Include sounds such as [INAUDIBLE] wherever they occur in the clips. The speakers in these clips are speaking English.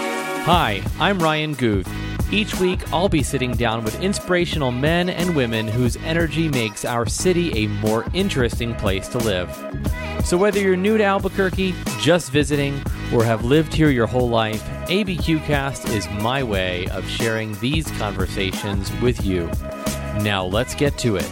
Hi, I'm Ryan Guth. Each week, I'll be sitting down with inspirational men and women whose energy makes our city a more interesting place to live. So, whether you're new to Albuquerque, just visiting, or have lived here your whole life, ABQcast is my way of sharing these conversations with you. Now, let's get to it.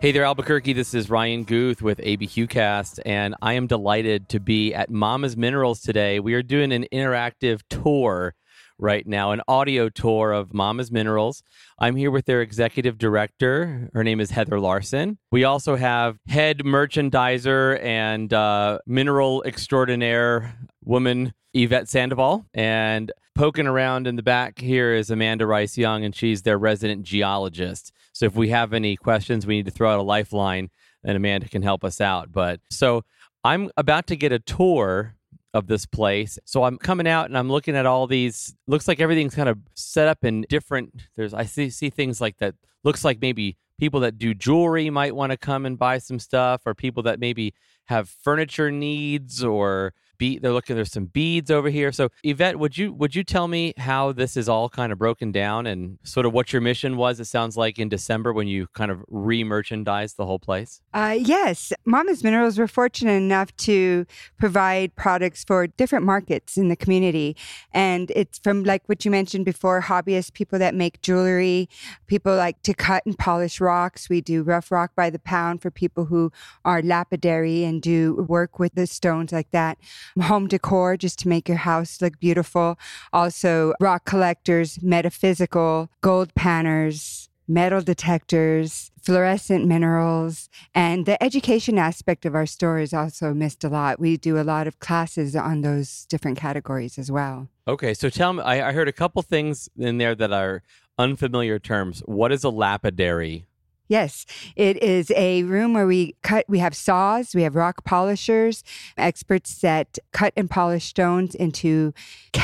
Hey there, Albuquerque. This is Ryan Guth with ABQcast, and I am delighted to be at Mama's Minerals today. We are doing an interactive tour right now, an audio tour of Mama's Minerals. I'm here with their executive director. Her name is Heather Larson. We also have head merchandiser and uh, mineral extraordinaire woman, Yvette Sandoval. And poking around in the back here is Amanda Rice Young, and she's their resident geologist. So if we have any questions, we need to throw out a lifeline, and Amanda can help us out. But so I'm about to get a tour of this place. So I'm coming out and I'm looking at all these. Looks like everything's kind of set up in different. There's I see see things like that. Looks like maybe people that do jewelry might want to come and buy some stuff, or people that maybe have furniture needs, or be they're looking. There's some beads over here. So Yvette, would you would you tell me how this is all kind of broken down and sort of what your mission was? It sounds like in December when you kind of re-merchandised the whole place. Uh, yes, Mama's Minerals were fortunate enough to provide products for different markets in the community. And it's from like what you mentioned before hobbyists, people that make jewelry, people like to cut and polish rocks. We do rough rock by the pound for people who are lapidary and do work with the stones like that. Home decor, just to make your house look beautiful. Also, rock collectors, metaphysical, gold panners. Metal detectors, fluorescent minerals, and the education aspect of our store is also missed a lot. We do a lot of classes on those different categories as well. Okay, so tell me, I, I heard a couple things in there that are unfamiliar terms. What is a lapidary? Yes, it is a room where we cut, we have saws, we have rock polishers, experts that cut and polish stones into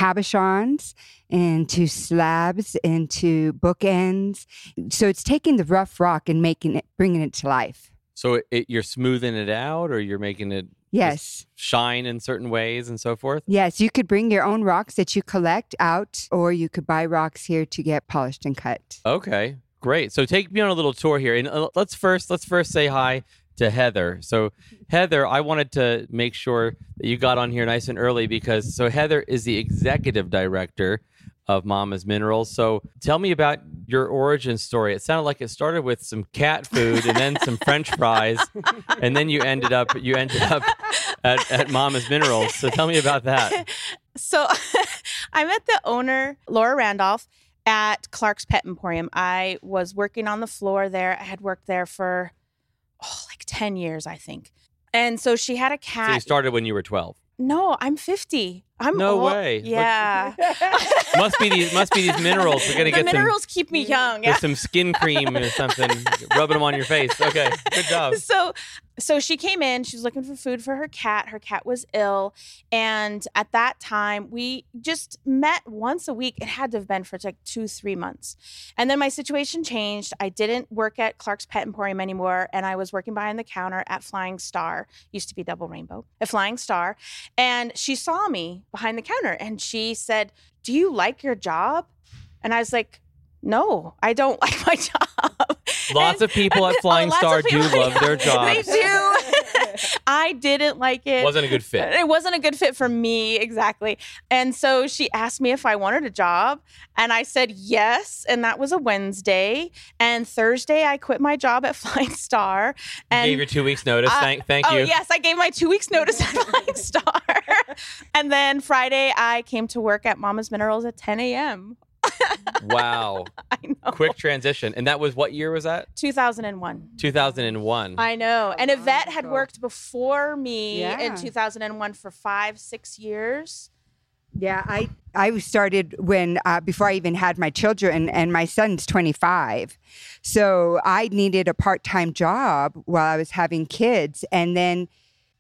cabochons, into slabs, into bookends. So it's taking the rough rock and making it, bringing it to life. So it, it, you're smoothing it out, or you're making it Yes. shine in certain ways and so forth. Yes, you could bring your own rocks that you collect out, or you could buy rocks here to get polished and cut. Okay, great. So take me on a little tour here, and uh, let's first let's first say hi to Heather. So Heather, I wanted to make sure that you got on here nice and early because so Heather is the executive director of Mama's Minerals. So tell me about your origin story. It sounded like it started with some cat food and then some French fries, and then you ended up you ended up at, at Mama's Minerals. So tell me about that. So [LAUGHS] I met the owner, Laura Randolph, at Clark's Pet Emporium. I was working on the floor there. I had worked there for oh, like 10 years, I think. And so she had a So you cat. started when you were twelve. no, I'm 50. I'm No old. way. Look- Yeah. [LAUGHS] Must be these must be these minerals. We're gonna the get some minerals keep me young. There's some skin cream or something, rubbing them on your face. Okay, good job. [LAUGHS] so so she came in she was looking for food for her cat her cat was ill and at that time we just met once a week it had to have been for like two three months and then my situation changed i didn't work at clark's pet emporium anymore and i was working behind the counter at flying star used to be double rainbow at flying star and she saw me behind the counter and she said do you like your job and i was like no i don't [LAUGHS] like my job Lots of people [LAUGHS] at Oh, Flying lots Star of do people- love their [LAUGHS] They jobs. do. I didn't like it. Wasn't a good fit. It wasn't a good fit for me exactly. And so she asked me if I wanted a job, and I said yes, and that was a Wednesday. And Thursday I quit my job at [LAUGHS] Flying Star [LAUGHS] and Gave your two weeks notice. I- thank, thank oh, you. yes, I gave my two weeks notice at [LAUGHS] Flying Star. and then Friday I came to work at Mama's Minerals at 10 a.m. [LAUGHS] Wow, I know. quick transition. And that was what year was that? 2001. 2001. I know. And Oh, Yvette had wonderful. worked before me Yeah. in 2001 for five, six years. Yeah, I I started when uh, before I even had my children, and my son's 25, so I needed a part time job while I was having kids, and then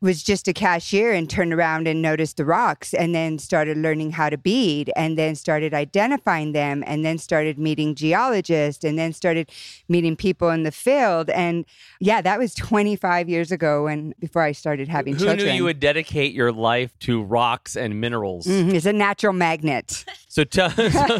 was just a cashier and turned around and noticed the rocks and then started learning how to bead and then started identifying them and then started meeting geologists and then started meeting people in the field and yeah that was 25 years ago when before I started having Who children knew you would dedicate your life to rocks and minerals? Mm. Mhm, it's a natural magnet So tell. [LAUGHS] so-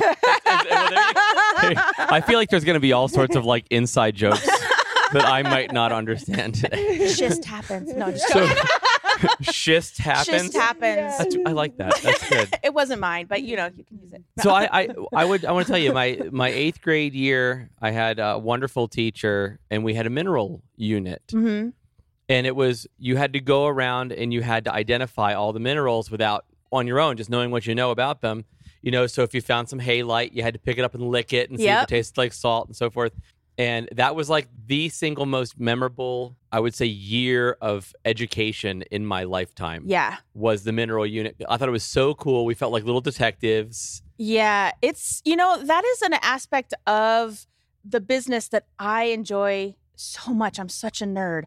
[LAUGHS] I feel like there's going to be all sorts of like inside [LAUGHS] jokes that I might not understand today. Just happens. No, just So [LAUGHS] kidding. schist happens. Schist happens. That's, I like that. [LAUGHS] That's good. It wasn't mine, but you know, you can use it. So I, I, I would, I want to tell you, my my eighth grade year, I had a wonderful teacher, and we had a mineral unit, [LAUGHS] Mm-hmm. and it was you had to go around and you had to identify all the minerals without on your own, just knowing what you know about them. You know, so if you found some halite, you had to pick it up and lick it and see if Yep. it tasted like salt and so forth. And that was like the single most memorable, I would say, year of education in my lifetime. Yeah. was the mineral unit. I thought it was so cool. We felt like little detectives. Yeah. It's, you know, that is an aspect of the business that I enjoy so much. I'm such a nerd.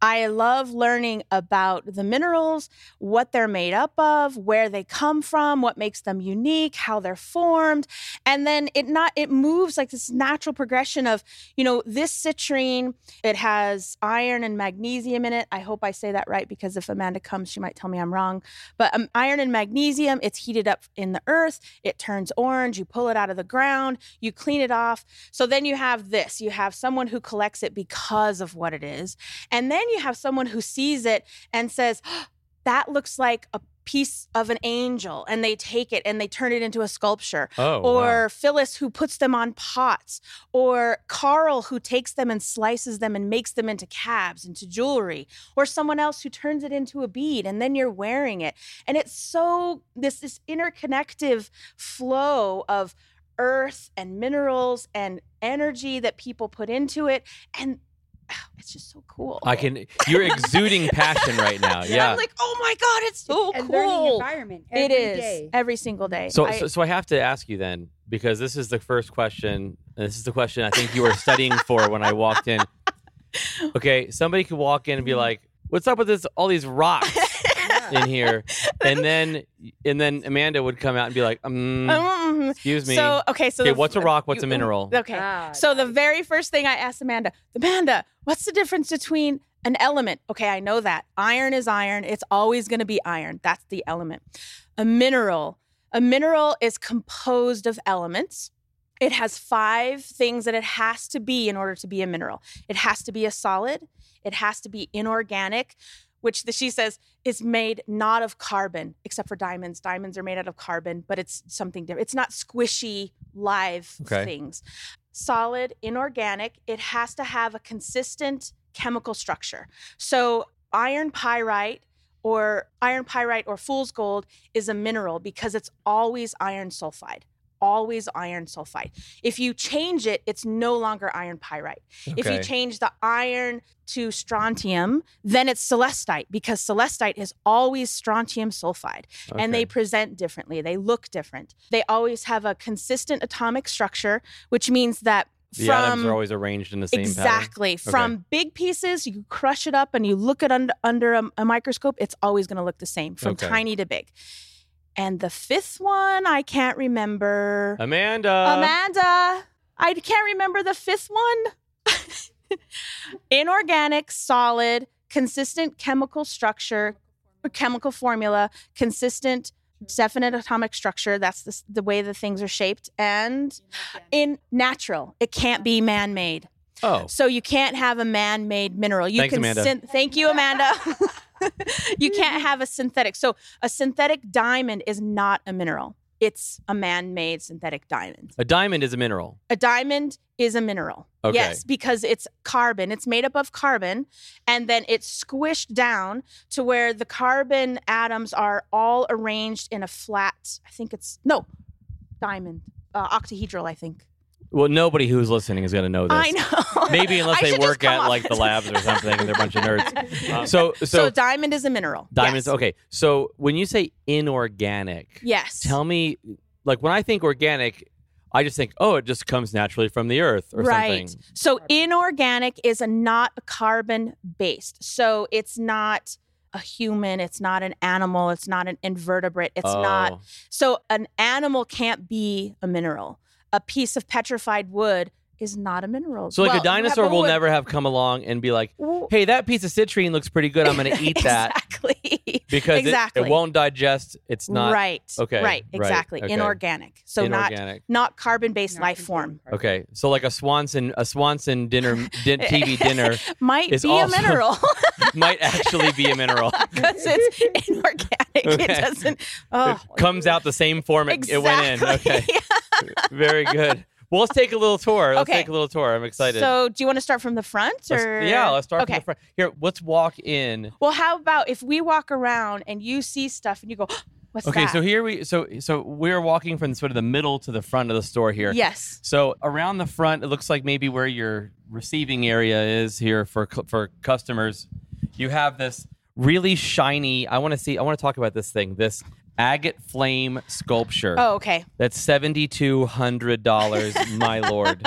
I love learning about the minerals, what they're made up of, where they come from, what makes them unique, how they're formed. And then it not it moves like this natural progression of, you know, this citrine, it has iron and magnesium in it. I hope I say that right because if Amanda comes, she might tell me I'm wrong. But um, iron and magnesium, it's heated up in the earth, it turns orange, you pull it out of the ground, you clean it off. So then you have this you have someone who collects it because of what it is. And then you have someone who sees it and says, that looks like a piece of an angel. And they take it and they turn it into a sculpture Oh, or Phyllis who puts them on pots, or Carl who takes them and slices them and makes them into cabs, into jewelry, or someone else who turns it into a bead and then you're wearing it. And it's so this this interconnective flow of earth and minerals and energy that people put into it and [SIGHS] ah, it's just so cool. I can. You're exuding passion right [LAUGHS] now. And Yeah. I'm like, "Oh my god, it's so and learning cool." environment It every is day. every single day. so, I- [LAUGHS] so, so I have to ask you then, because this is the first question. And this is the question I think you were studying for when I walked [LAUGHS] in. Okay, somebody could walk in and be like, "What's up with this? All these rocks [LAUGHS] in here," and then, and then Amanda would come out and be like, um, Um, "Excuse me. So okay, so okay, the- what's a rock? What's a you- mineral?" Okay, Ah, so the nice. very first thing I asked Amanda, Amanda, what's the difference between an element? Okay, I know that iron is iron. It's always going to be iron. That's the element. A mineral. A mineral is composed of elements. It has five things that it has to be in order to be a mineral. It has to be a solid. It has to be inorganic, which the, she says is made not of carbon, except for diamonds. Diamonds are made out of carbon, but it's something different. It's not squishy, live Okay. things. Solid, inorganic, it has to have a consistent chemical structure. So, iron pyrite or iron pyrite or fool's gold is a mineral because it's always iron sulfide. Always iron sulfide. If you change it, it's no longer iron pyrite. If you Okay. change the iron to strontium, then it's celestite because celestite is always strontium sulfide and they Okay. present differently. They look different. They always have a consistent atomic structure, which means that the from atoms are always arranged in the same pattern. exactly from big pieces, you crush it up and you look it under, under a, a microscope. It's always going to look the same from Okay. tiny to big. And the fifth one, I can't remember. Amanda. Amanda, I can't remember the fifth one. [LAUGHS] Inorganic, solid, consistent chemical structure, or chemical formula, consistent, definite atomic structure. That's the, s- the way the things are shaped. And in natural, it can't be man made. Oh, So you can't have a man-made mineral. You Thanks, can Amanda. syn- thank you, Amanda. [LAUGHS] you can't have a synthetic. So a synthetic diamond is not a mineral. It's a man-made synthetic diamond. a diamond is a mineral. A diamond is a mineral. Okay. Yes, because it's carbon. It's made up of carbon and then it's squished down to where the carbon atoms are all arranged in a flat, I think it's no, diamond, uh, octahedral, I think. Well, nobody who's listening is going to know this. I know. Oh, [LAUGHS] Maybe unless I they should just work come at up like the with- labs or something, and they're a bunch of nerds. [LAUGHS] So, so, Uh, So, diamond is a mineral. diamonds. Yes. Okay. So when you say inorganic, Yes. tell me, like when I think organic, I just think, oh, it just comes naturally from the earth or right. something. So inorganic is a not carbon based. So it's not a human, it's not an animal, it's not an invertebrate, it's oh, not so an animal can't be a mineral. A piece of petrified wood is not a mineral. Oh. So like Well, a you have dinosaur will wood- never have come along and be like, Well, "Hey, that piece of citrine looks pretty good. I'm going [LAUGHS] to [LAUGHS] eat that Exactly. because it- it, exactly. won't digest. It's not right. okay, right, Right. Exactly. okay. Inorganic. So not inorganic." not carbon based life form okay, so like a Swanson a Swanson [LAUGHS] dinner din- TV dinner might It's be also- [LAUGHS] a mineral [LAUGHS] might actually be a mineral. because [LAUGHS] it's inorganic. Okay. It doesn't. Oh, It comes out the same form it, exactly. it [LAUGHS] went in. Okay, very good. Well, let's take a little tour. Let's Okay. take a little tour. I'm excited. So, do you want to start from the front Let's- or? yeah, let's start okay. from the front. Here, let's walk in. Well, how about if we walk around and you see stuff and you go, "What's Okay, that?" so here we so so we're walking from sort of the middle to the front of the store here. Yes. So around the front, it looks like maybe where your receiving area is here for cu- for customers. You have this really shiny. I want to see. I want to talk about this thing. This agate flame sculpture. Oh, okay. That's seventy two hundred dollars, my [LAUGHS] lord.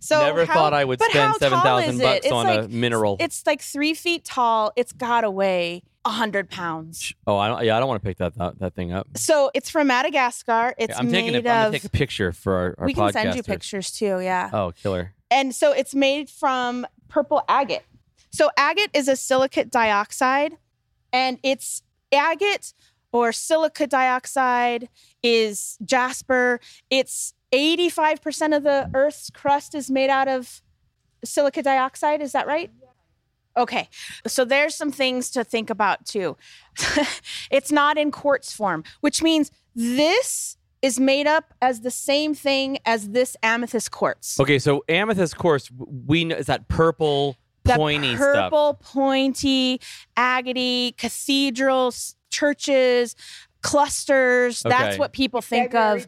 So Never how- thought I would but spend how seven tall thousand is it? bucks It's on a like- mineral. It's like three feet tall. It's gotta weigh a hundred pounds. oh, I don't. Yeah, I don't want to pick that that, that thing up. So it's from Madagascar. It's I'm taking. A, I'm made gonna of. take a picture for our, our we can send you podcasters. pictures too. Yeah. Oh, killer. And so it's made from purple agate. So agate is a silicate dioxide, and it's agate or silica dioxide is jasper. It's 85% of the Earth's crust is made out of silica dioxide. Is that right? Okay, so there's some things to think about too. [LAUGHS] it's not in quartz form, which means this is made up as the same thing as this amethyst quartz. Okay, so amethyst course, w- we know is that purple that pointy stuff. purple, pointy, agate, cathedrals, churches, clusters. Okay. That's what people think of.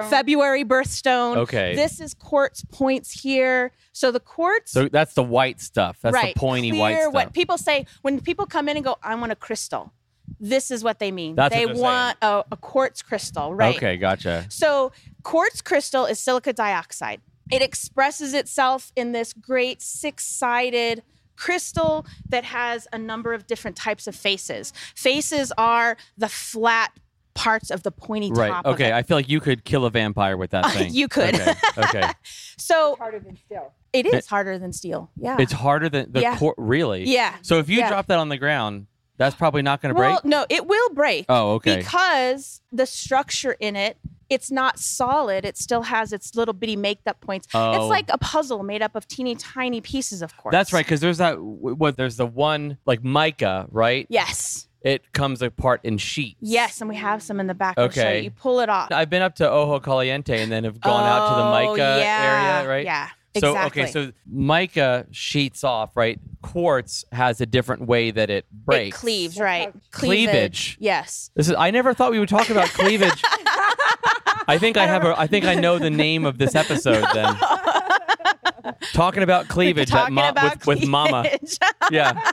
February birthstone. Okay. This is quartz points here. So the quartz. so that's the white stuff. That's right, the pointy clear white stuff. What people say when people come in and go, I want a crystal. This is what they mean. That's what they they're saying. want a, a quartz crystal, right? Okay, gotcha. So, quartz crystal is silica dioxide. It expresses itself in this great six sided crystal that has a number of different types of faces. Faces are the flat parts of the pointy Right. top. Okay, Of it. I feel like you could kill a vampire with [LAUGHS] that thing. you could. Okay. [LAUGHS] okay. So, harder than still. it is harder than steel. Yeah. It's harder than the Yeah. core. Really. yeah. So if you Yeah. drop that on the ground, that's probably not going to Well, break. no, it will break. Oh, okay. Because the structure in it, it's not solid. It still has its little bitty make up points. Oh. It's like a puzzle made up of teeny tiny pieces of quartz. that's right, because there's that. w- What there's the one like mica, right? Yes. It comes apart in sheets. Yes, and we have some in the back. I'll show you. Okay. You pull it off. I've been up to Ojo Caliente and then have gone out to the Oh, mica yeah, area, right? Yeah. So exactly. okay, so mica sheets off, right? Quartz has a different way that it it breaks. cleaves, right? Cleavage. Yes. This is I never thought we would talk about [LAUGHS] cleavage. I think I, I don't have a I think I know the name of this episode [LAUGHS] then. Talking about cleavage that Talking ma- about with, with mama. cleavage. [LAUGHS] Yeah.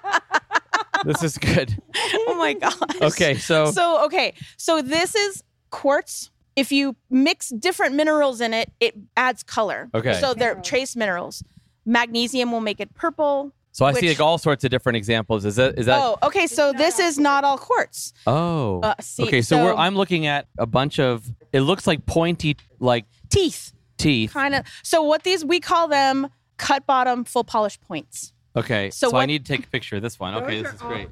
This is good. oh my gosh. Okay, so, [LAUGHS] So okay, so this is quartz. If you mix different minerals in it, it adds color. Okay. So they're Minerals. trace minerals. Magnesium will make it purple. so I see which- like all sorts of different examples. Is that is that oh, okay. So not this all is not all quartz. oh, Uh, see, okay? So, we're, I'm looking at a bunch of it looks like pointy like teeth. teeth. kind of so what these we call them cut bottom full polish points Okay, so, So I what- need to take a picture of this one. Okay, this is great.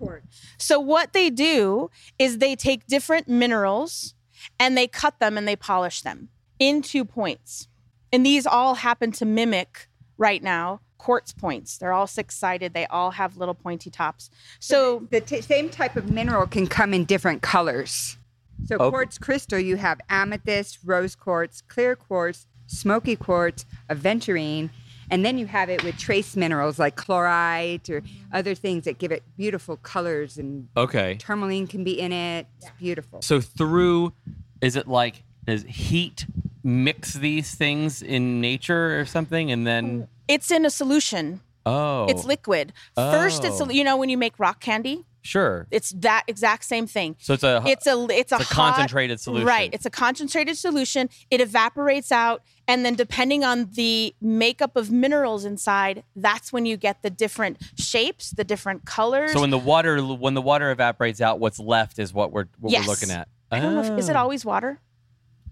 so what they do is they take different minerals and they cut them and they polish them into points and these all happen to mimic right now quartz points they're all six-sided they all have little pointy tops so The t- same type of mineral can come in different colors. So Oh. quartz crystal, you have amethyst, rose quartz, clear quartz, smoky quartz, aventurine, and then you have it with trace minerals like chlorite or Mm-hmm. other things that give it beautiful colors. And Okay. tourmaline can be in it. It's beautiful. So through, is it like does heat mix these things in nature or something, and then it's in a solution oh, it's liquid first it's Oh. you know when you make rock candy Sure. It's that exact same thing. So it's a Uh, it's, It's a it's a, a hot- concentrated solution. Right. It's a concentrated solution. It evaporates out. And then, depending on the makeup of minerals inside, that's when you get the different shapes, the different colors. so when the water when the water evaporates out, what's left is what we're what Yes. we're looking at. I don't know if, is it Oh. always water?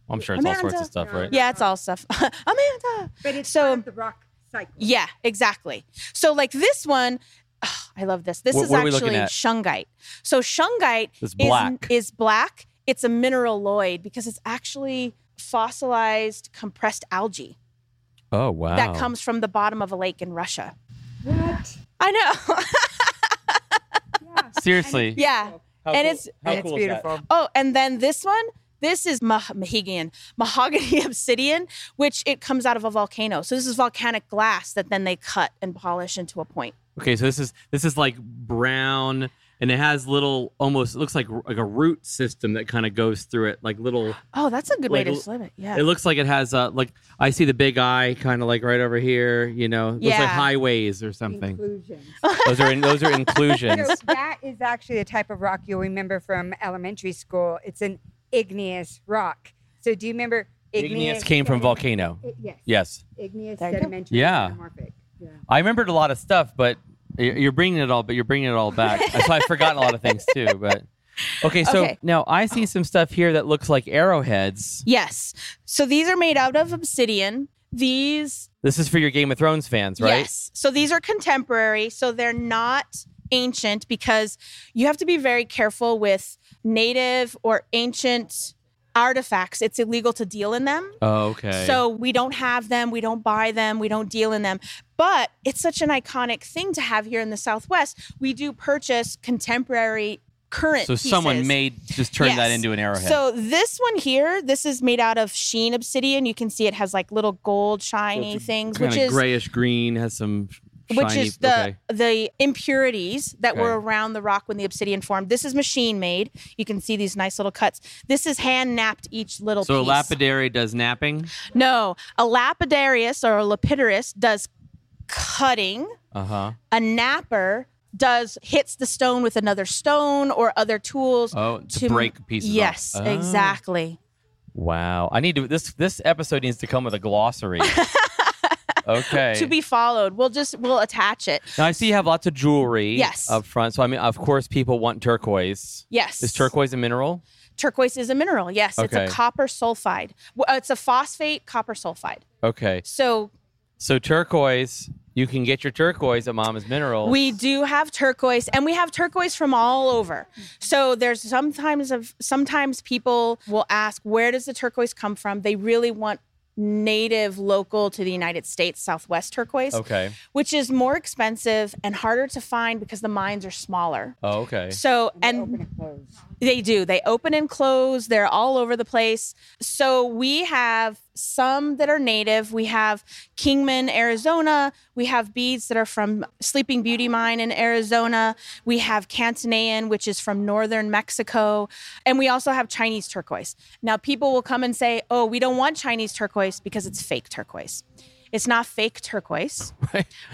I'm sure it's all sorts Amanda? of stuff, right? Yeah, it's all stuff. [LAUGHS] Amanda. But it's So- part of the rock cycle. Yeah, exactly. So, like this one, [SIGHS] ah, I love this. This What- is what are we looking actually at? shungite. So, shungite It's is- black. Is, black. It's a mineraloid because it's actually fossilized compressed algae Oh wow. that [LAUGHS] comes from the bottom of a lake in Russia. What? I know. [LAUGHS] Yeah. Seriously. yeah. How cool- and it's- how it's cool is that? beautiful. Oh, and then this one, this is mah- Mahegan, mahogany [LAUGHS] obsidian, which it comes out of a volcano. So this is volcanic glass that then they cut and polish into a point. Okay, so this is this is like brown, and it has little almost it looks like like a root system that kind of goes through it, like little. Oh, that's a good Like way l- to slim it. Yeah. It looks like it has uh like I see the big eye kind of like right over here, you know, looks Yeah. like highways or [LAUGHS] something. Inclusion. those are in, those are so inclusions. that is actually a type of rock you'll remember from elementary school. It's an igneous rock. So do you remember igneous? Igneous came from sediment- volcano. i- yes. Yes, Igneous There you go. sedimentary Yeah. metamorphic. Yeah. I remembered a lot of stuff, but y- you're bringing it all, but you're bringing it all [LAUGHS] back. so I've forgotten a lot of things too. But okay, so Okay. now I see some stuff here that looks like arrowheads. yes. So these are made out of obsidian. These, This is for your Game of Thrones fans, right? yes. So these are contemporary. So they're not ancient because you have to be very careful with native or ancient artifacts. It's illegal to deal in them. Oh, okay. So we don't have them, we don't buy them, we don't deal in them. But it's such an iconic thing to have here in the Southwest. We do purchase contemporary current So someone pieces. made just turned that Yes. into an arrowhead. So this one here, this is made out of sheen obsidian. You can see it has like little gold shiny things, which Kinda is grayish green has some sh- shiny. which is the okay. the impurities that Okay. were around the rock when the obsidian formed. This is machine made. You can see these nice little cuts. This is hand napped each little So a piece. lapidary does napping. No, a lapidarius or a lapidarist does cutting. Uh huh. A napper does hits the stone with another stone or other tools. Oh, to, break pieces. off. Yes, Oh. exactly. Wow. I need to. This this episode needs to come with a [LAUGHS] glossary. okay. To be followed. We'll just we'll attach it. now I see you have lots of jewelry. Yes. Up front. So I mean, of course, people want turquoise. Yes. Is turquoise a mineral? Turquoise is a mineral. Yes, Okay. it's a copper sulfide. W- uh, It's a phosphate copper sulfide. Okay. So So turquoise, you can get your turquoise at Mama's Mineral. We do have turquoise, and we have turquoise from all over. So there's sometimes of sometimes people will ask, where does the turquoise come from? They really want native, local to the United States, Southwest turquoise, Okay. which is more expensive and harder to find because the mines are smaller. Oh, okay. So They open and and close. they do. They open and close. They're all over the place. So we have some that are native. We have Kingman, Arizona. We have beads that are from Sleeping Beauty Mine in Arizona. We have Cantonean, which is from northern Mexico. And we also have Chinese turquoise. Now, people will come and say, oh, we don't want Chinese turquoise because it's fake turquoise. It's not fake turquoise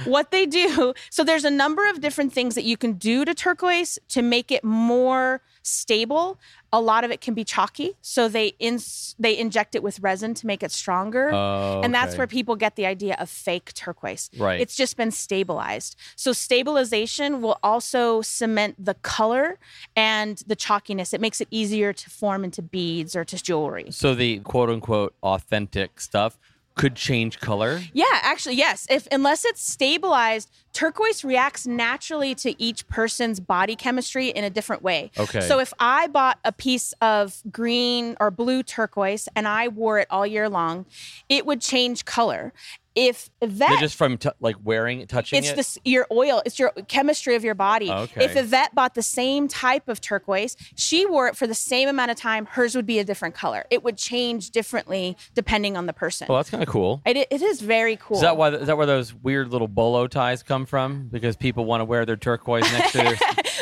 what they do so there's a number of different things that you can do to turquoise to make it more stable a lot of it can be chalky so they ins- they inject it with resin to make it stronger Oh, and that's okay. where people get the idea of fake turquoise Right. it's just been stabilized so stabilization will also cement the color and the chalkiness it makes it easier to form into beads or to jewelry So the quote unquote authentic stuff could change color. Yeah, actually, yes. If unless it's stabilized, turquoise reacts naturally to each person's body chemistry in a different way. Okay. So if I bought a piece of green or blue turquoise and I wore it all year long, it would change color. If They're that just from t- like wearing it, touching it's it. Oh, this your oil, it's your chemistry of your body. Okay. If Yvette bought the same type of turquoise, she wore it for the same amount of time, hers would be a different color. It would change differently depending on the person. well, Oh, that's kind of cool. it, it is very cool. Is that why? Is that where those weird little bolo ties come from? Because people want to wear their turquoise next to [LAUGHS] their.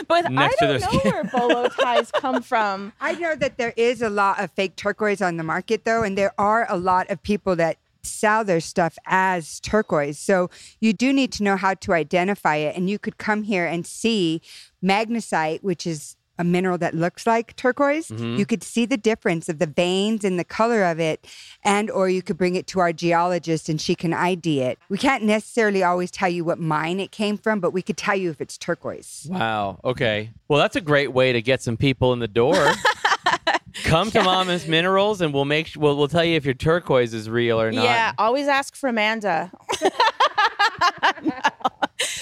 But next to I don't their know skin. where [LAUGHS] bolo ties come from. I know that there is a lot of fake turquoise on the market, though, and there are a lot of people that sell their stuff as turquoise. So you do need to know how to identify it. And you could come here and see magnesite, which is a mineral that looks like turquoise Mhm. you could see the difference of the veins and the color of it and or you could bring it to our geologist and she can id it we can't necessarily always tell you what mine it came from but we could tell you if it's turquoise Wow. Okay. Well, that's a great way to get some people in the [LAUGHS] door. Come to Mama's Minerals, and we'll make su- we'll, we'll tell you if your turquoise is real or not. Yeah, always ask for Amanda. No. [LAUGHS]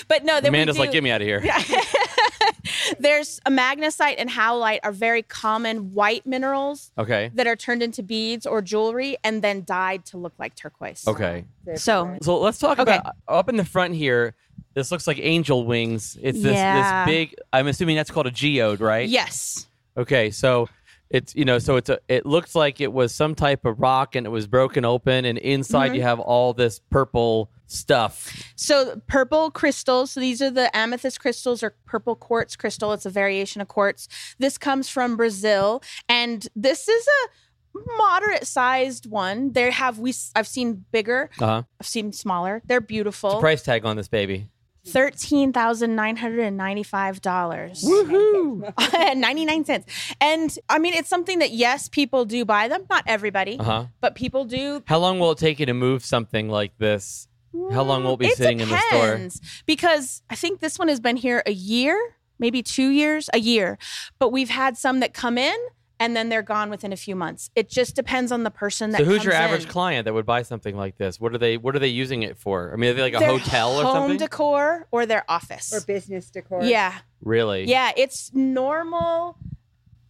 But no, then we Amanda's like, do- get me out of here. Yeah. [LAUGHS] There's a magnesite and howlite are very common white minerals Okay. that are turned into beads or jewelry and then dyed to look like turquoise. Okay. So So let's talk Okay. about up in the front here. This looks like angel wings. It's this Yeah. this big. I'm assuming that's called a geode, right? yes. Okay, so it's you know, so it's a it looks like it was some type of rock and it was broken open and inside Mm-hmm. you have all this purple stuff. So purple crystals. So these are the amethyst crystals or purple quartz crystal. It's a variation of quartz. This comes from Brazil, and this is a moderate sized one. They have we. I've seen bigger. Uh-huh. I've seen smaller. They're It's a beautiful. price tag on this baby. Thirteen thousand nine hundred and ninety five dollars. Woohoo. [LAUGHS] and 99 cents. And I mean, it's something that, yes, people do buy them. Not everybody, Uh-huh. but people do How long will it take you to move something like this? How long will it be sitting in the store? depends, Because I think this one has been here a year, maybe two years, a year. But we've had some that come in and then they're gone within a few months. It just depends on the person that So who's comes your average in. client that would buy something like this? What are they what are they using it for? I mean, are they like a Their hotel or home something? decor or their office. or business decor yeah. really? Yeah, it's normal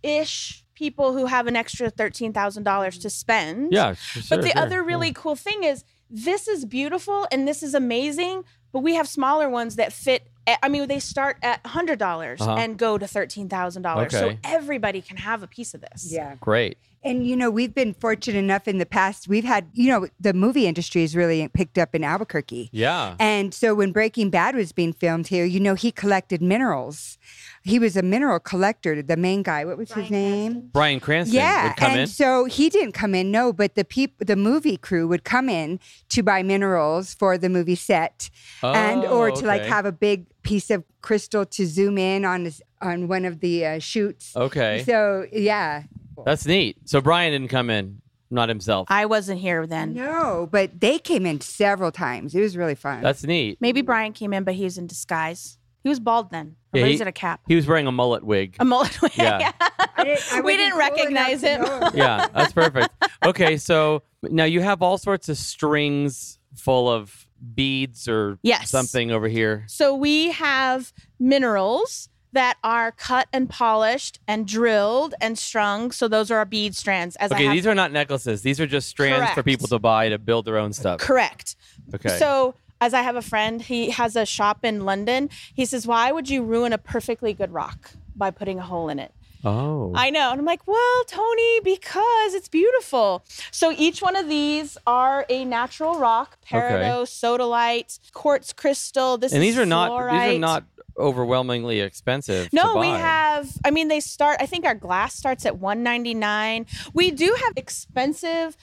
ish people who have an extra $13,000 to spend. Yeah. sure, But the sure, other yeah. really cool thing is this is beautiful and this is amazing, but we have smaller ones that fit. At, I mean, they start at hundred dollars Uh-huh. and go to thirteen thousand dollars. So Okay. everybody can have a piece of this. yeah great. And you know, we've been fortunate enough in the past. We've had, you know, the movie industry has really picked up in Albuquerque. Yeah. And so when Breaking Bad was being filmed here, you know, he collected minerals. He was a mineral collector, the main guy. What was his name? Brian Cranston Yeah. would come and in. so he didn't come in, no, but the peop- the movie crew would come in to buy minerals for the movie set and Oh, or to like okay. have a big piece of crystal to zoom in on his, on one of the uh, shoots. Okay. So, yeah. That's neat. So Brian didn't come in, not himself. I wasn't here then. No, but they came in several times. It was really fun. That's neat. Maybe Brian came in, but he was in disguise. He was bald then. Or Yeah, he he- was in a cap, He was wearing a mullet wig. a mullet. [LAUGHS] wig. Yeah. I didn't, I we wasn't didn't cool enough recognize to [LAUGHS] him. know. yeah, that's [LAUGHS] perfect. Okay, so now you have all sorts of strings full of beads or Yes. something over here. So we have minerals that are cut and polished and drilled and strung. So those are our bead strands. As I Okay, have these are not necklaces. These are just strands for Correct. people to buy to build their own stuff. correct. Okay. So, as I have a friend, he has a shop in London. He says, Why would you ruin a perfectly good rock by putting a hole in it? oh. I know. And I'm like, Well, Tony, because it's beautiful. So, each one of these are a natural rock peridot, sodalite, quartz crystal. This and is these are not these fluorite. are not overwhelmingly expensive. No, to we buy. have. I mean, they start. I think our glass starts at 199. We do have expensive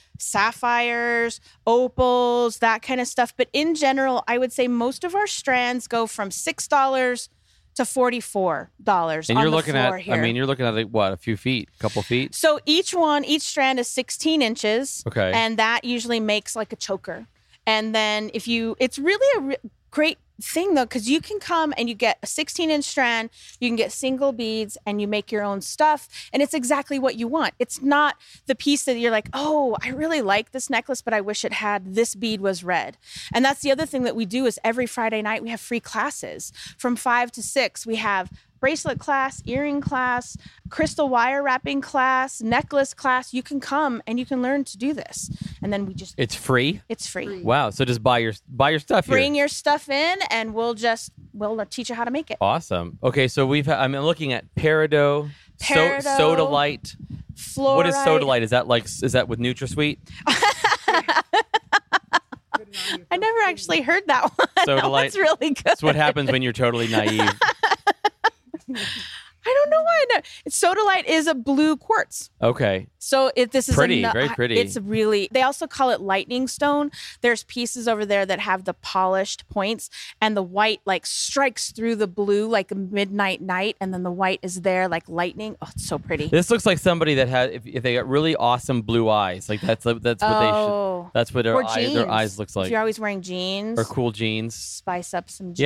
sapphires, opals, that kind of stuff. But in general, I would say most of our strands go from six dollars to forty-four dollars. And on you're the looking floor at Here. I mean, you're looking at like, what, a few feet, couple feet? so each one, each strand is 16 inches. Okay. And that usually makes like a choker. And then if you, it's really a re- great thing though, because you can come and you get a 16 inch strand, you can get single beads and you make your own stuff. And it's exactly what you want. It's not the piece that you're like, oh, I really like this necklace, but I wish it had this bead was red. And that's the other thing that we do is every Friday night we have free classes from five to six. We have bracelet class, earring class, crystal wire wrapping class, necklace class. You can come and you can learn to do this. And then we just, It's free. it's free. Wow. So just buy your buy your stuff here. Bring your stuff in and we'll just, we'll teach you how to make it. Awesome. Okay, so we've I'm looking at peridot, Peridot, so, soda light. Fluoride. What is soda light? Is that like is that with NutraSweet? I never actually heard that [LAUGHS] one. Soda That's light. really good. [LAUGHS] That's what happens when you're totally naive. I don't know why. I know. Sodalite is a blue quartz. Okay. So if this is Pretty, ano- very pretty. It's really. They also call it lightning stone. There's pieces over there that have the polished points, and the white like strikes through the blue like a midnight night, and then the white is there like lightning. Oh, it's so pretty. This looks like somebody that had if, if they got really awesome blue eyes. Like that's uh, that's what they should. oh, That's what their Or eyes jeans. their eyes looks if like. you're always wearing jeans, Or cool jeans. spice up some jeans.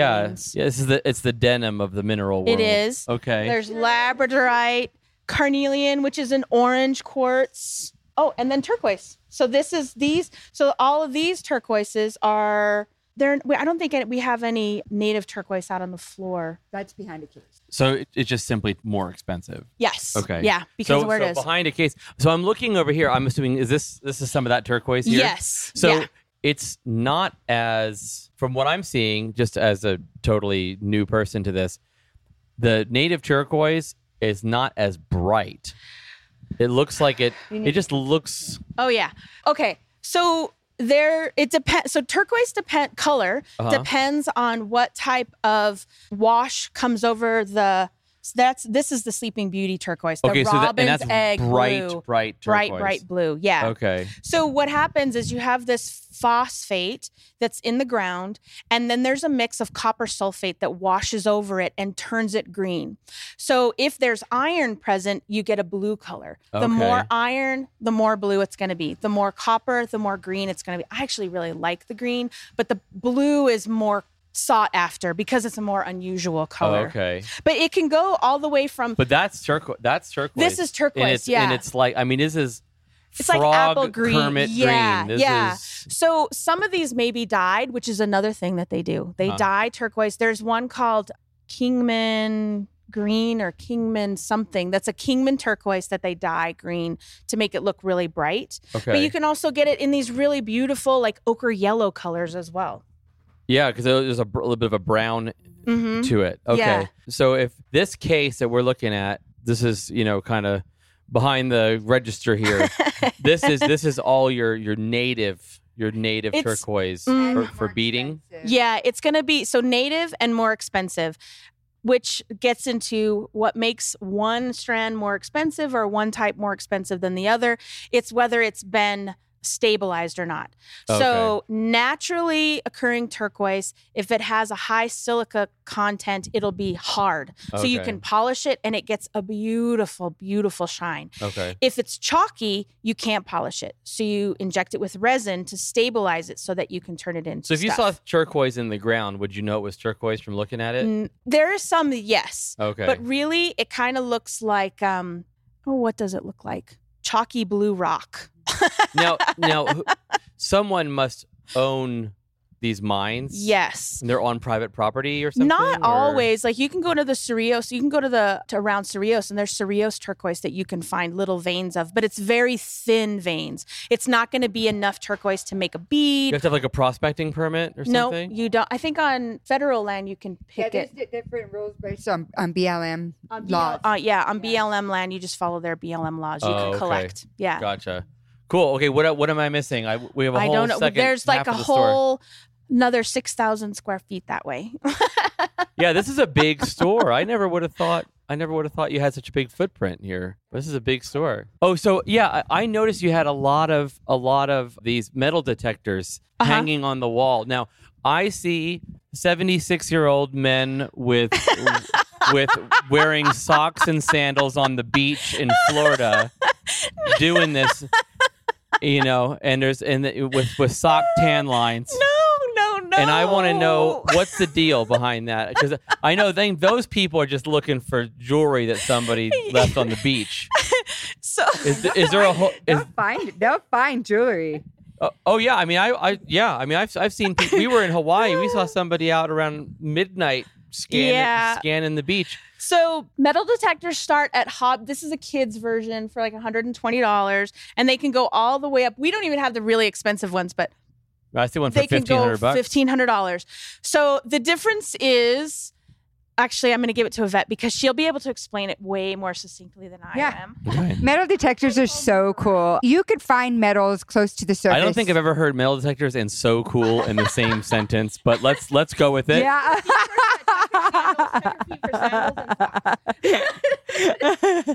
Yeah. Yeah. This is the it's the denim of the mineral It world. is. Okay. There's labradorite, carnelian, which is an orange quartz. Oh, and then turquoise. So this is these. So all of these turquoises are. They're, we- I don't think any- we have any native turquoise out on the floor. That's behind a case. so it, it's just simply more expensive. Yes. Okay. Yeah, because so, of where so it is. behind a case. So I'm looking over here. I'm assuming is this this is some of that turquoise here? yes. So yeah. it's not as, from what I'm seeing, just as a totally new person to this, the native turquoise is not as bright. It looks like it. It just looks. Oh yeah. Okay. So there it depends so turquoise depend color Uh-huh. depends on what type of wash comes over the so that's this is the sleeping beauty turquoise the Okay, so that, robin's and that's egg bright, blue bright, bright turquoise. bright blue yeah Okay. Oh, so what happens is you have this phosphate that's in the ground, and then there's a mix of copper sulfate that washes over it and turns it green. So if there's iron present, you get a blue color. The more Okay. iron, the more blue it's going to be. The more copper, the more green it's going to be. I actually really like the green, but the blue is more sought after because it's a more unusual color. Okay. But it can go all the way from But that's turquoise. That's turquoise. This is turquoise, And it's, And yeah. it's like I mean, this is. It's like frog apple green. Kermit Yeah, green. This yeah. Is, So some of these may be dyed, which is another thing that they do. They Huh. dye turquoise. There's one called Kingman green or Kingman something. That's a Kingman turquoise that they dye green to make it look really bright. okay. But you can also get it in these really beautiful like ochre yellow colors as well. yeah, because there's a br- little bit of a brown Mhm. to it. Okay. Yeah. So if this case that we're looking at, this is, you know, kind of behind the register [LAUGHS] here. this is this is all your your native your native It's- turquoise Mm. for, for beating. Yeah, it's going to be so native and more expensive, which gets into what makes one strand more expensive or one type more expensive than the other. It's whether it's been stabilized or not. So, naturally occurring turquoise, if it has a high silica content, it'll be hard. So, you Okay. can polish it and it gets a beautiful, beautiful shine. Okay. If it's chalky, you can't polish it. So, you inject it with resin to stabilize it so that you can turn it into So if you stuff. saw turquoise in the ground, would you know it was turquoise from looking at it? Mm, there is some yes, Okay. but [LAUGHS] really it kind of looks like um oh what does it look like? Chalky blue rock. now now who- someone must own these mines. Yes. And they're on private property or something. Not or- always. Like you can go to the Cerritos, you can go to the to around Cerritos, and there's Cerritos turquoise that you can find little veins of, but it's very thin veins. It's not going to be enough turquoise to make a You bead. have to have like a prospecting permit or No, something. you don't. I think on federal land you can Yeah, pick there's it. di- different rules based on, on BLM On laws. Uh, yeah, on Yeah. BLM land you just follow their BLM laws. You Oh, can okay. collect. Yeah. Gotcha. Cool. Okay. What what am I missing? I we have a I whole don't know. second. There's like half a of the Store. whole another six thousand square feet that way. Yeah, this is a big store. I never would have thought. I never would have thought you had such a big footprint here. This is a big store. Oh, so yeah, I, I noticed you had a lot of a lot of these metal detectors Uh-huh. hanging on the wall. Now I see seventy six year old men with [LAUGHS] with wearing socks and sandals on the beach in Florida doing this. You know, and there's and the, with with sock tan lines. no, no, no. And I want to know what's the deal behind that because I know think those people are just looking for jewelry that somebody left on the beach. So Is, th- is there a whole? Is, They'll find they'll find jewelry. oh, oh yeah, I mean I, I yeah I mean I've I've seen people, we were in Hawaii we saw somebody out around midnight scanning Yeah. scanning the beach. so metal detectors start at hob. This is a kid's version for like $120. And they can go all the way up. We don't even have the really expensive ones, but I see one for they can fifteen go hundred bucks. $1,500. So the difference is Actually, I'm going to give it to Yvette because she'll be able to explain it way more succinctly than I Yeah. am. Okay. Metal detectors are so cool. You could find metals close to the surface. I don't think I've ever heard metal detectors and so cool in the [LAUGHS] same sentence, but let's let's go with it. Yeah. oh,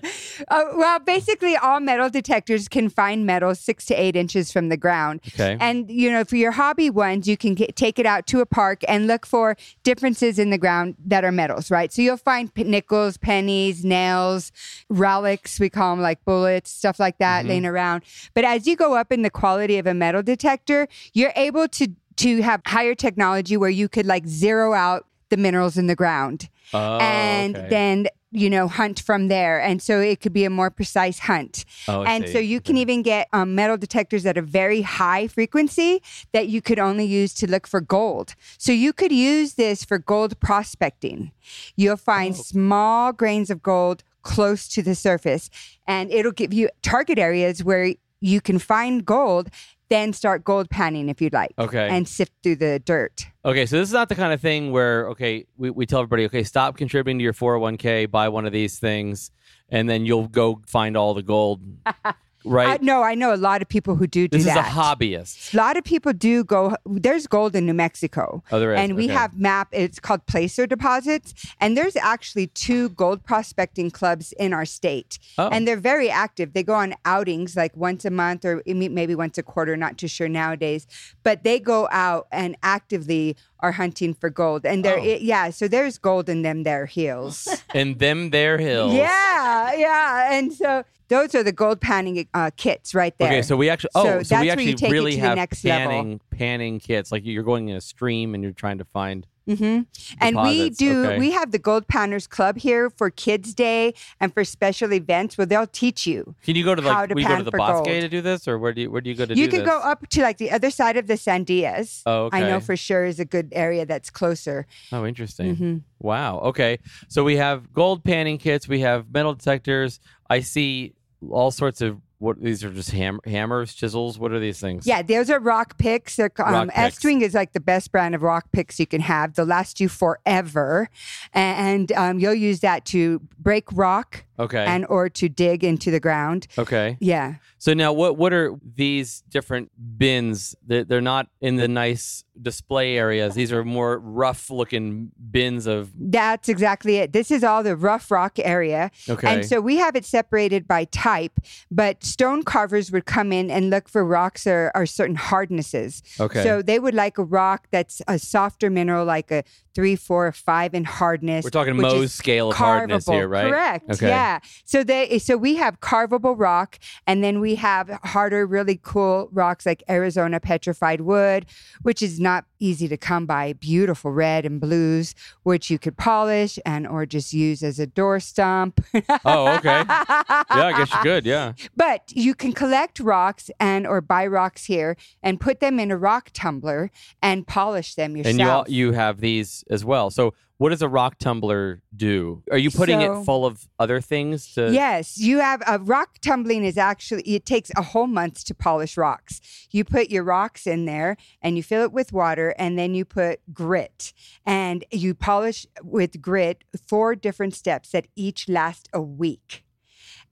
well, basically, all metal detectors can find metals six to eight inches from the ground. Okay. And you know, for your hobby ones, you can get, take it out to a park and look for differences in the ground that are metals, right? So you'll find p- nickels, pennies, nails, relics. We call them like bullets, stuff like that, Mm-hmm. laying around. But as you go up in the quality of a metal detector, you're able to to have higher technology where you could like zero out the minerals in the ground Oh, and okay. then you know hunt from there and so it could be a more precise hunt Oh, I and see. so you can even get um, metal detectors at a very high frequency that you could only use to look for gold so you could use this for gold prospecting you'll find Oh. small grains of gold close to the surface and it'll give you target areas where you can find gold then start gold panning if you'd like Okay. and sift through the dirt Okay, so this is not the kind of thing where okay, we, we tell everybody, okay, stop contributing to your 401k, buy one of these things, and then you'll go find all the gold. [LAUGHS] I, Right? Uh, no i know a lot of people who do do this is that a hobbyist. A lot of people do go. There's gold in New Mexico. Oh, there is. And we Okay. have map. It's called placer deposits, and there's actually two gold prospecting clubs in our state, Oh. and they're very active. They go on outings like once a month or I mean, maybe once a quarter. Not too sure nowadays, but they go out and actively are hunting for gold. And they're Oh. it, yeah. So there's gold in them their heels. And them their hills. [LAUGHS] yeah, yeah. And so those are the gold panning uh, kits right there. Okay, so we actually oh, So so, that's where we you actually take it really to the have next level. panning panning kits. Like you're going in a stream and you're trying to find hmm And we Deposits, do, okay. we have the Gold Pounders Club here for Kids Day and for special events where they'll teach you. Can you go to How like to we go to pan the for Bosque gold. to do this or where do you where do you go to you do can this? go up to like the other side of the Sandias. Oh, I know okay. for sure is a good area that's closer. Oh, interesting. Mhm. Wow. Okay. So we have gold panning kits. We have metal detectors. I see all sorts of what these are just ham- hammers, chisels. What are these things? Yeah, those are rock picks. They're, ca- um, Rock picks. Estwing is like the best brand of rock picks you can have. They'll last you forever. And um, you'll use that to break rock Okay. and or to dig into the ground. okay. Yeah. So now, what what are these different bins? They're, they're not in the nice display areas. These are more rough looking bins of. That's exactly it. This is all the rough rock area. Okay. And so we have it separated by type, but stone carvers would come in and look for rocks or, or certain hardnesses. okay. So they would like a rock that's a softer mineral, like a three, four, or five in hardness. We're talking which is Mohs scale of hardness here, carvable. right? Correct. Okay. Yeah. So they so we have carvable rock, and then we have harder, really cool rocks like Arizona petrified wood, which is not easy to come by. Beautiful red and blues, which you could polish and or just use as a door stump. Oh, okay. Yeah, I guess you're good. Yeah. [LAUGHS] But you can collect rocks and or buy rocks here and put them in a rock tumbler and polish them yourself. And you all, you have these as well. So what does a rock tumbler do? Are you putting So- it full of other things to? Yes, you have a rock tumbling is actually it takes a whole month to polish rocks. You put your rocks in there and you fill it with water and then you put grit and you polish with grit four different steps that each last a week.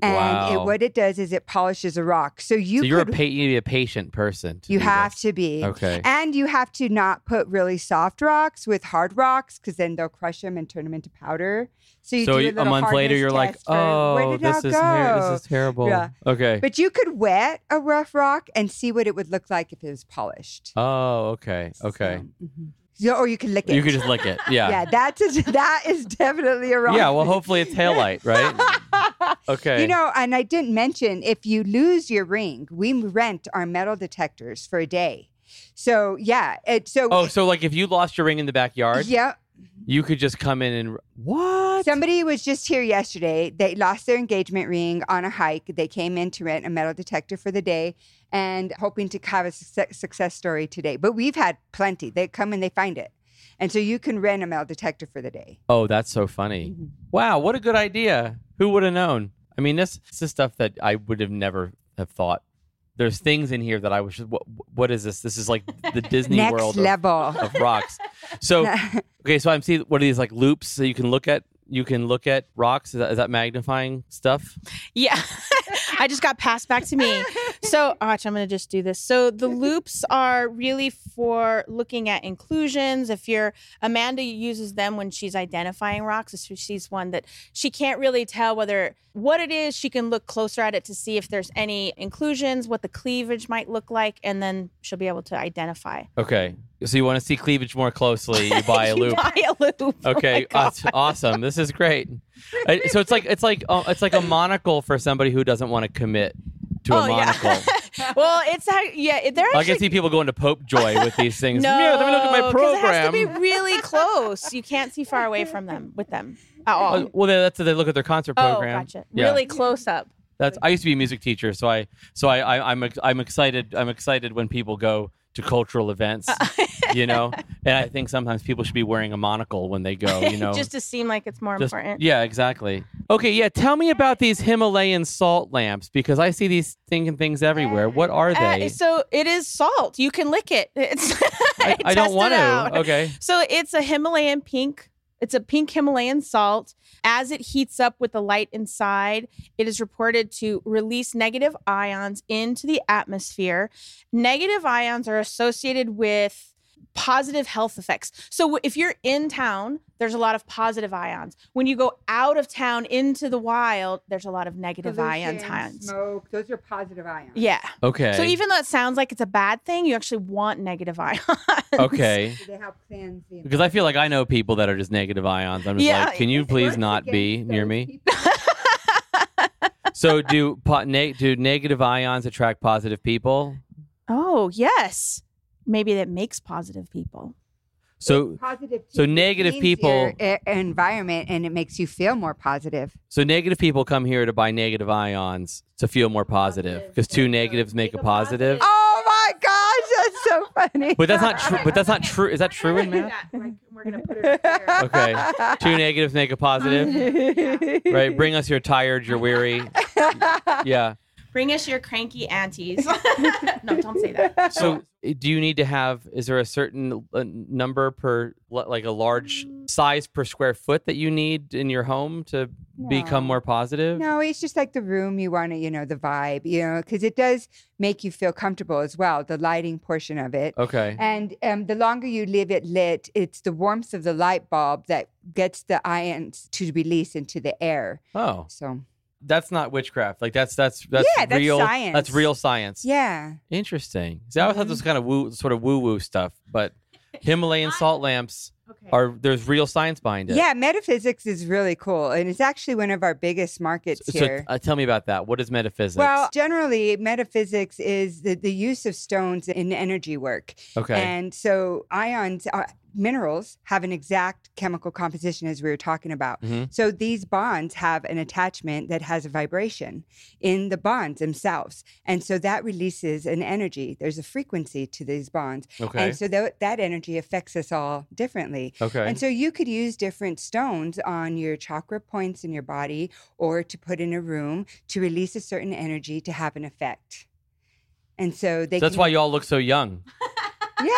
And it, Wow. what it does is it polishes a rock. So you so you're could- a pa- you need to be a patient person. To you do have this. to be. Okay. And you have to not put really soft rocks with hard rocks because then they'll crush them and turn them into powder. So you so do you- a, a little month later, hardness you're like, test for, where oh, did this it all is go? ter- this is terrible. Yeah. Okay. But you could wet a rough rock and see what it would look like if it was polished. oh, okay, okay. So, mhm. So- or you could lick it. you could just [LAUGHS] lick it. Yeah. yeah, that's a, [LAUGHS] that is definitely a rock. Yeah, [LAUGHS] well, hopefully it's taillight, right? Okay. You know, and I didn't mention if you lose your ring, we rent our metal detectors for a day. So yeah, it, so oh, so like if you lost your ring in the backyard, yeah. you could just come in and what? Somebody was just here yesterday. They lost their engagement ring on a hike. They came in to rent a metal detector for the day and hoping to have a success, success story today. But we've had plenty. They come and they find it. And so you can rent a metal detector for the day. Oh, that's so funny. Mm-hmm. Wow, what a good idea. Who would have known? I mean, this, this is stuff that I would have never have thought there's Mm-hmm. things in here that I was just, what, what is this? This is like [LAUGHS] the Disney Next world of, [LAUGHS] level. of rocks. [LAUGHS] So okay, so I'm seeing what are these like loops so you can look at you can look at rocks. Is that, is that magnifying stuff? Yeah. [LAUGHS] I just got passed back to me. So, Arch, I'm going to just do this. So, the loops are really for looking at inclusions. If you're Amanda uses them when she's identifying rocks, if she sees one that she can't really tell whether what it is, she can look closer at it to see if there's any inclusions, what the cleavage might look like, and then she'll be able to identify. Okay, so you want to see cleavage more closely? You buy a [LAUGHS] You loop. buy a loop. Oh Okay, uh, my God. that's awesome. This is great. Uh, So it's like it's like uh, it's like a monocle for somebody who doesn't want to commit to a Oh, yeah. [LAUGHS] monocle. well, it's ac- yeah, it- they're actually I can see people going to Pope Joy with [LAUGHS] these things. No, Oh, yeah, let me look at my 'cause It has program. to be really close. You can't see far away from them with them at all. Oh, well, that's they look at their concert oh, program. gotcha. Yeah. Really close up. That's I used to be a music teacher, so I so I, I I'm ex- I'm excited I'm excited when people go to cultural events, Uh, [LAUGHS] you know. And I think sometimes people should be wearing a monocle when they go, [LAUGHS] you know. just to seem like it's more Just- important. yeah, exactly. Okay, yeah. Tell me about these Himalayan salt lamps because I see these thinking things everywhere. What are Uh, they? so it is salt. You can lick it. [LAUGHS] It's I, I don't tested want out. to. Okay. So it's a Himalayan pink. It's a pink Himalayan salt. As it heats up with the light inside, it is reported to release negative ions into the atmosphere. Negative ions are associated with positive health effects. So w- if you're in town, there's a lot of positive ions. When you go out of town into the wild, there's a lot of negative ion ions. Smoke. Those are positive ions. Yeah. Okay. So even though it sounds like it's a bad thing, you actually want negative [LAUGHS] ions. [LAUGHS] okay. They help cleanse the Because I feel like I know people that are just negative ions. I'm just Yeah, like, can you please not be near me? People. So do po- ne- do negative ions attract positive people? Oh, yes. Maybe that makes positive people. So Positive So people negative cleans people- your e- environment and it makes you feel more positive. so negative people come here to buy negative ions to feel more positive because two negatives make a positive. Oh my gosh, that's so funny. But that's not true. [LAUGHS] But that's not true. Is that true in [LAUGHS] math? We're gonna [LAUGHS] put Okay. Two negatives make a positive. Right. Bring us your tired, your weary. Yeah. Bring us your cranky [LAUGHS] aunties. [LAUGHS] no, don't say that. So eh, do you need to have? Is there a certain uh, number per like a large size per square foot that you need in your home to become No. more positive? No, it's just like the room you want to, you know, the vibe, you know, because it does make you feel comfortable as well, the lighting portion of it. Okay. And um, the longer you leave it lit, it's the warmth of the light bulb that gets the ions to release into the air. Oh. So, that's not witchcraft. Like that's that's that's Yeah, that's real. science. That's real science. yeah. Mm-hmm. Interesting. See, I always thought this was kind of woo, sort of woo woo stuff, [LAUGHS] but Himalayan salt lamps Okay. are there's real science behind it. Yeah, metaphysics is really cool. And it's actually one of our biggest markets So here. uh, tell me about that. What is metaphysics? Well, generally, metaphysics is the, the use of stones in energy work. okay. And so ions are. Minerals have an exact chemical composition as we were talking about. Mhm. So these bonds have an attachment that has a vibration in the bonds themselves. And so that releases an energy. There's a frequency to these bonds. okay. And so that, that energy affects us all differently. okay. And so you could use different stones on your chakra points in your body or to put in a room to release a certain energy to have an effect. And so they So that's can- why y'all look so young. Yeah.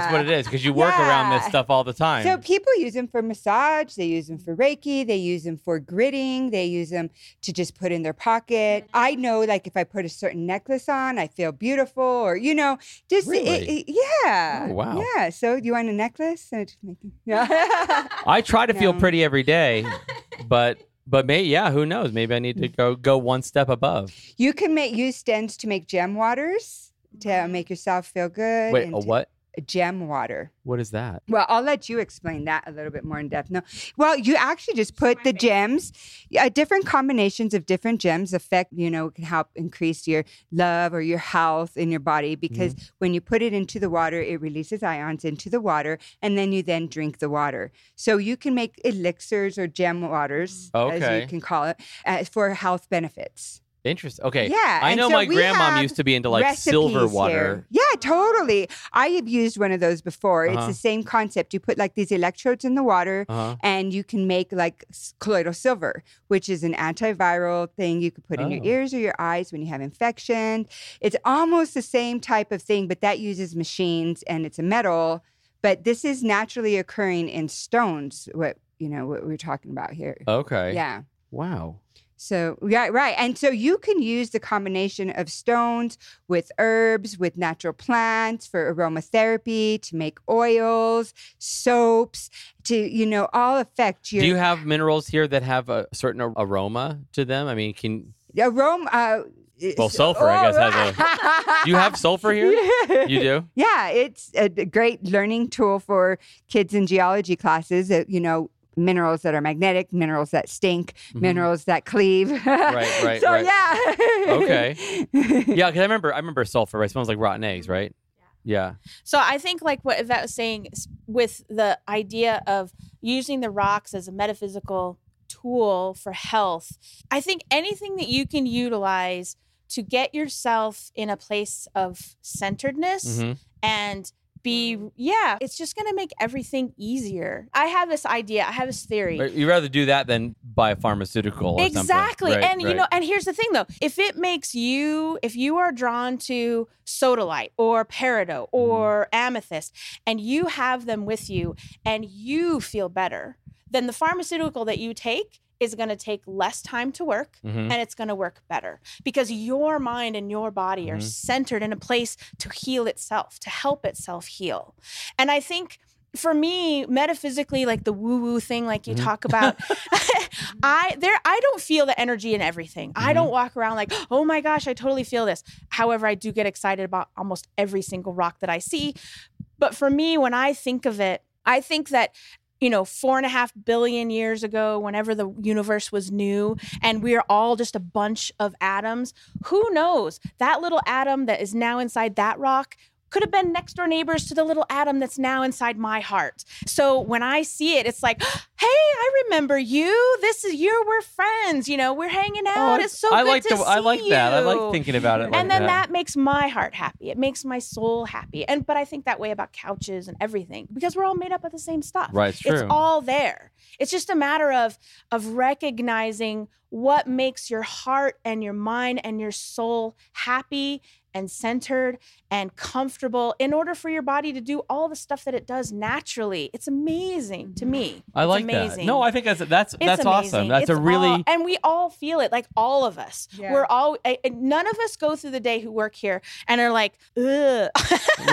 That's what it is because you work around this yeah. stuff all the time. So people use them for massage, they use them for reiki, they use them for gritting, they use them to just put in their pocket. I know like if I put a certain necklace on, I feel beautiful or you know, just it- Really? it- yeah. Oh, wow. Yeah, so do you want a necklace? And just make- Yeah. [LAUGHS] [LAUGHS] I try to feel No. pretty every [LAUGHS] day, but but may yeah, who knows? Maybe I need to go go one step above. You can make use stems to make gem waters to make yourself feel good. Wait, and a to- what? a gem water. What is that? Well, I'll let you explain that a little bit more in depth. No, well, you actually just put the gems, uh, different combinations of different gems affect, you know, can help increase your love or your health in your body because Mm-hmm. when you put it into the water, it releases ions into the water, and then you then drink the water. So you can make elixirs or gem waters, as Okay. you can call it, uh, for health benefits. Interesting. Okay. Yeah. I and know so my we grandmom have used to be into like recipes silver here. water. Yeah, totally. I have used one of those before. It's Uh-huh. the same concept. You put like these electrodes in the water Uh-huh. and you can make like s- colloidal silver, which is an antiviral thing you could put in your Oh. ears or your eyes when you have infection. It's almost the same type of thing, but that uses machines and it's a metal. But this is naturally occurring in stones. What you know, what we're talking about here. Okay. Yeah. Wow. So yeah, right. And so you can use the combination of stones with herbs, with natural plants for aromatherapy, to make oils, soaps, to you know, all affect your Do you have minerals here that have a certain ar- aroma to them? I mean, can aroma. Uh, Well, sulfur, I guess, [LAUGHS] has do you [LAUGHS] have sulfur here? You do? Yeah, it's a d- great learning tool for kids in geology classes. That you know, minerals that are magnetic, minerals that stink, Mhm. minerals that cleave. [LAUGHS] Right, right, so right. yeah. [LAUGHS] Okay. Yeah, because I remember, I remember sulfur. Right, it smells like rotten Mm-hmm. eggs, right? Yeah. So I think like what Yvette was saying s- with the idea of using the rocks as a metaphysical tool for health, I think anything that you can utilize to get yourself in a place of centeredness hmm and Mm-hmm. be yeah, it's just gonna make everything easier. I have this idea, I have this theory. You'd rather do that than buy a pharmaceutical or something. Exactly. Right, and you right. know, and here's the thing though. If it makes you if you are drawn to sodalite or Mm-hmm. peridot or amethyst and you have them with you and you feel better, then the pharmaceutical that you take is going to take less time to work Mhm. and it's going to work better because your mind and your body are Mhm. centered in a place to heal itself, to help itself heal. And I think for me, metaphysically, like the woo-woo thing, like you Mhm. talk about, [LAUGHS] I there I don't feel the energy in everything. I don't walk around like, oh my gosh, I totally feel this. However, I do get excited about almost every single rock that I see. But for me, when I think of it, I think that you know, four and a half billion years ago, whenever the universe was new, and we are all just a bunch of atoms. Who knows? That little atom that is now inside that rock could have been next door neighbors to the little atom that's now inside my heart. So when I see it, it's like, [GASPS] hey, I remember you. This is you. We're friends. You know, we're hanging out. Oh, I- Oh, it's so I good like to the, I see like that. I you." like thinking about it. like and then that. makes my heart happy. It makes my soul happy. And but I think that way about couches and everything because we're all made up of the same stuff. Right, it's true. It's all there. It's just a matter of of recognizing what makes your heart and your mind and your soul happy and centered and comfortable in order for your body to do all the stuff that it does naturally. It's amazing to me. I It's like amazing. that. No, I think that's that's It's that's awesome. amazing. That's a It's really [LAUGHS] all- and we all feel it, like all of us. Yeah. We're all I, I- none of us go through the day who work here and are like, ugh, [LAUGHS]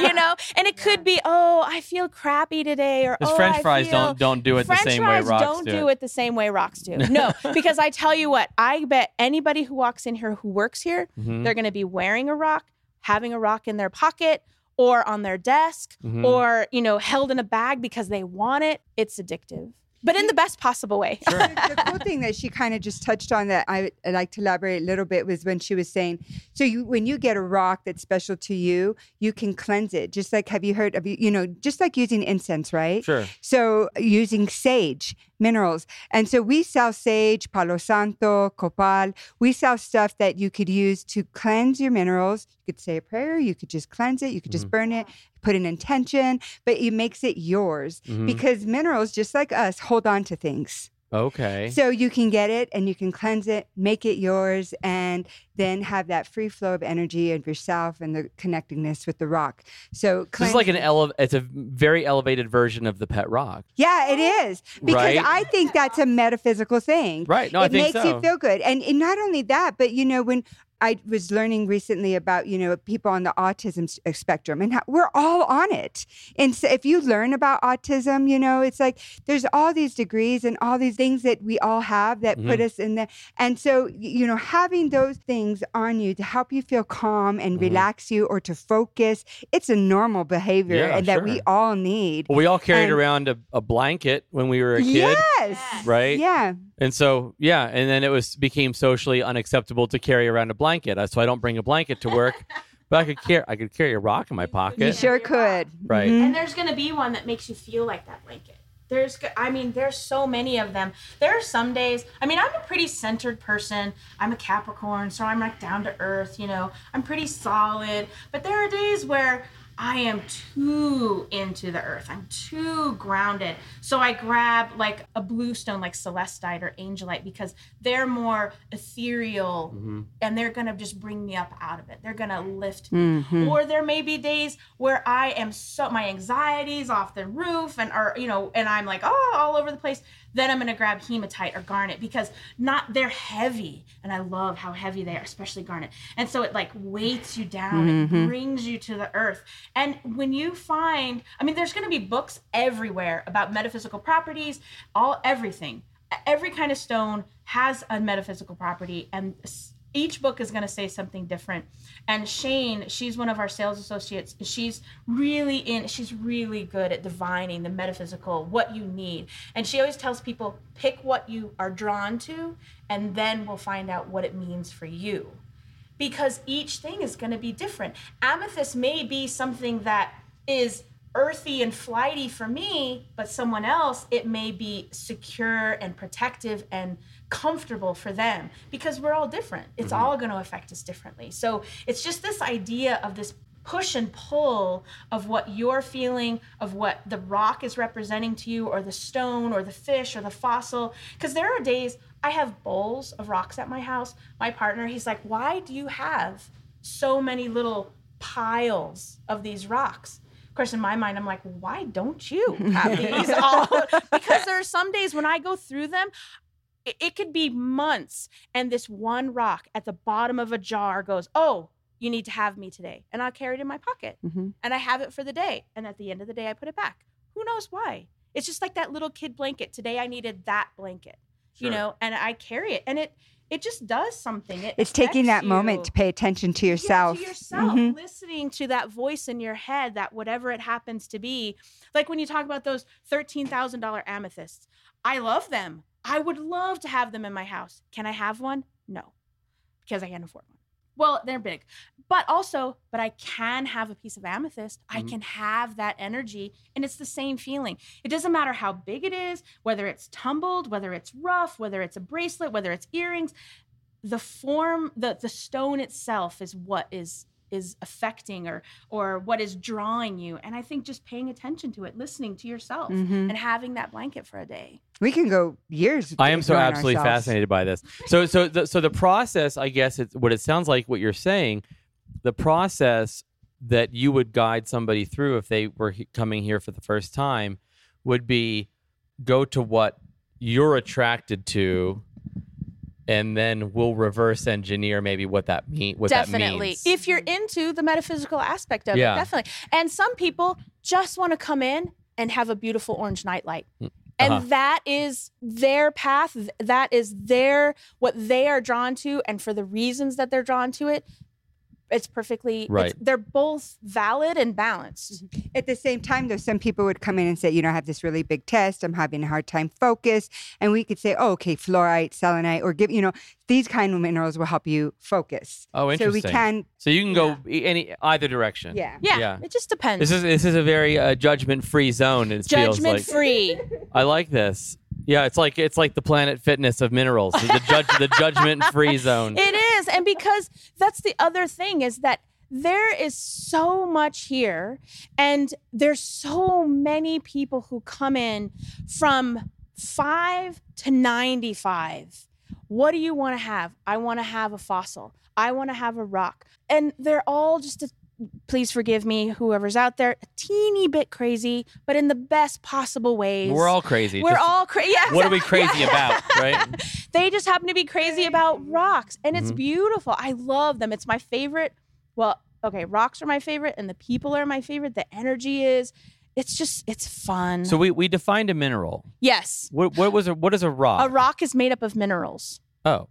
you know. And it could be, oh, I feel crappy today, or Because oh, French I fries feel- don't don't do it French the same way fries rocks don't do. do it the same way rocks do. [LAUGHS] No, because I tell you what, I bet anybody who walks in here who works here, Mhm, they're going to be wearing a rock, having a rock in their pocket or on their desk mhm. or, you know, held in a bag because they want it. It's addictive, but in the best possible way. [LAUGHS] the, the cool thing that she kind of just touched on that I would like to elaborate a little bit was when she was saying, so you when you get a rock that's special to you, you can cleanse it. Just like have you heard of you you know just like using incense, right? sure. So using sage minerals, and so we sell sage, palo santo, copal. We sell stuff that you could use to cleanse your minerals. You could say a prayer. You could just cleanse it. You could just Mm-hmm. burn it. Put an intention, but it makes it yours Mhm. because minerals, just like us, hold on to things. Okay. So you can get it and you can cleanse it, make it yours, and then have that free flow of energy of yourself and the connectingness with the rock. So this cleanse, is like an ele- it's a very elevated version of the pet rock. yeah, it is because Right? I think that's a metaphysical thing. Right. No, I it think makes so. you feel good, and, and not only that, but you know when. I was learning recently about you know people on the autism s- uh, spectrum and how we're all on it. And so if you learn about autism, you know it's like there's all these degrees and all these things that we all have that put Mm-hmm. us in the and so y- you know having those things on you to help you feel calm and Mm-hmm. relax you or to focus, it's a normal behavior Yeah, and that we sure. all need. Well, we all carried And- around a, a blanket when we were a kid, Yes. right? Yeah. And so, yeah, and then it was became socially unacceptable to carry around a blanket. Uh, So I don't bring a blanket to work, but I could carry I could carry a rock in my [LAUGHS] You could, pocket. You Yeah. sure could. Right. Mhm. there's going to be one that makes you feel like that blanket. There's, g- I mean, there's so many of them. There are some days. I mean, I'm a pretty centered person. I'm a Capricorn, so I'm like down to earth. You know, I'm pretty solid. But there are days where I am too into the earth. I'm too grounded. So I grab like a blue stone, like celestite or angelite, because they're more ethereal and they're going to just bring me up out of it. They're going to lift me. Mm-hmm. Or there may be days where I am so, my anxiety's off the roof and are, you know, and I'm like, oh, all over the place. Then I'm going to grab hematite or garnet because not, they're heavy. And I love how heavy they are, especially garnet. And so it like weights you down, it brings you to the earth. And when you find, I mean, there's going to be books everywhere about metaphysical properties, all everything E, every kind of stone has a metaphysical property and s- each book is going to say something different and shane she's one of our sales associates she's really in she's really good at divining the metaphysical what you need and she always tells people pick what you are drawn to and then we'll find out what it means for you because each thing is going to be different. Amethyst may be something that is earthy and flighty for me, but someone else, it may be secure and protective and comfortable for them because we're all different. It's all going to affect us differently. So it's just this idea of this push and pull of what you're feeling, of what the rock is representing to you, or the stone, or the fish, or the fossil. Because there are days I have bowls of rocks at my house. My partner, he's like, Why do you have so many little piles of these rocks? Of course, in my mind, I'm like, Why don't you have these all? because there are some days when I go through them, it, it could be months and this one rock at the bottom of a jar goes oh you need to have me today and i carry it in my pocket Mhm. and i have it for the day and at the end of the day i put it back who knows why it's just like that little kid blanket today i needed that blanket Sure. you know and i carry it and it it just does something it It's taking affects that moment you. to pay attention to Yeah, yourself. to yourself, Mhm. listening to that voice in your head, that whatever it happens to be. Like when you talk about those $13,000 amethysts, I love them. I would love to have them in my house. Can I have one? No, because I can't afford one. Well, they're big, but also, but I can have a piece of amethyst. I Mhm. can have that energy, and it's the same feeling. It doesn't matter how big it is, whether it's tumbled, whether it's rough, whether it's a bracelet, whether it's earrings. The form, the the stone itself is what is is affecting or or what is drawing you. And I think just paying attention to it, listening to yourself, Mhm. and having that blanket for a day. We can go years. I am so ignoring absolutely ourselves. fascinated by this. So, so, the, so the process, I guess, it's what it sounds like. What you're saying, the process that you would guide somebody through if they were he- coming here for the first time, would be go to what you're attracted to, and then we'll reverse engineer maybe what that mean what that definitely. means. If you're into the metaphysical aspect of Yeah. it, definitely. And some people just want to come in and have a beautiful orange nightlight. uh-huh. And that is their path. th- That is their what they are drawn to, and for the reasons that they're drawn to it, it's perfectly. it's- Right. Mm-hmm. they're both valid and balanced. At the same time, though, some people would come in and say, you know, I have this really big test. I'm having a hard time focus. And we could say, oh, okay, fluorite, selenite, or give, you know, these kind of minerals will help you focus. Oh, So interesting. we can, So you can go e- any either direction. yeah. [LAUGHS] Yeah, Yeah. It just depends. This is this is a very uh, judgment free zone. It feels Judgment like. free. I like this. Yeah, it's like it's like the Planet Fitness of minerals. The judge, [LAUGHS] the judgment free zone. It is. And because that's the other thing is that there is so much here and there's so many people who come in from 5 to 95. What do you want to have? I want to have a fossil. I want to have a rock. And they're all just a please forgive me whoever's out there a teeny bit crazy but in the best possible ways We're all crazy. we're Just all crazy yeah, [LAUGHS] What are we exactly. crazy about, right? they just happen to be crazy about rocks and it's Mhm. beautiful i love them it's my favorite well okay rocks are my favorite and the people are my favorite the energy is it's just it's fun So we, we defined a mineral. yes What what was a, what is a rock? a rock is made up of minerals Oh,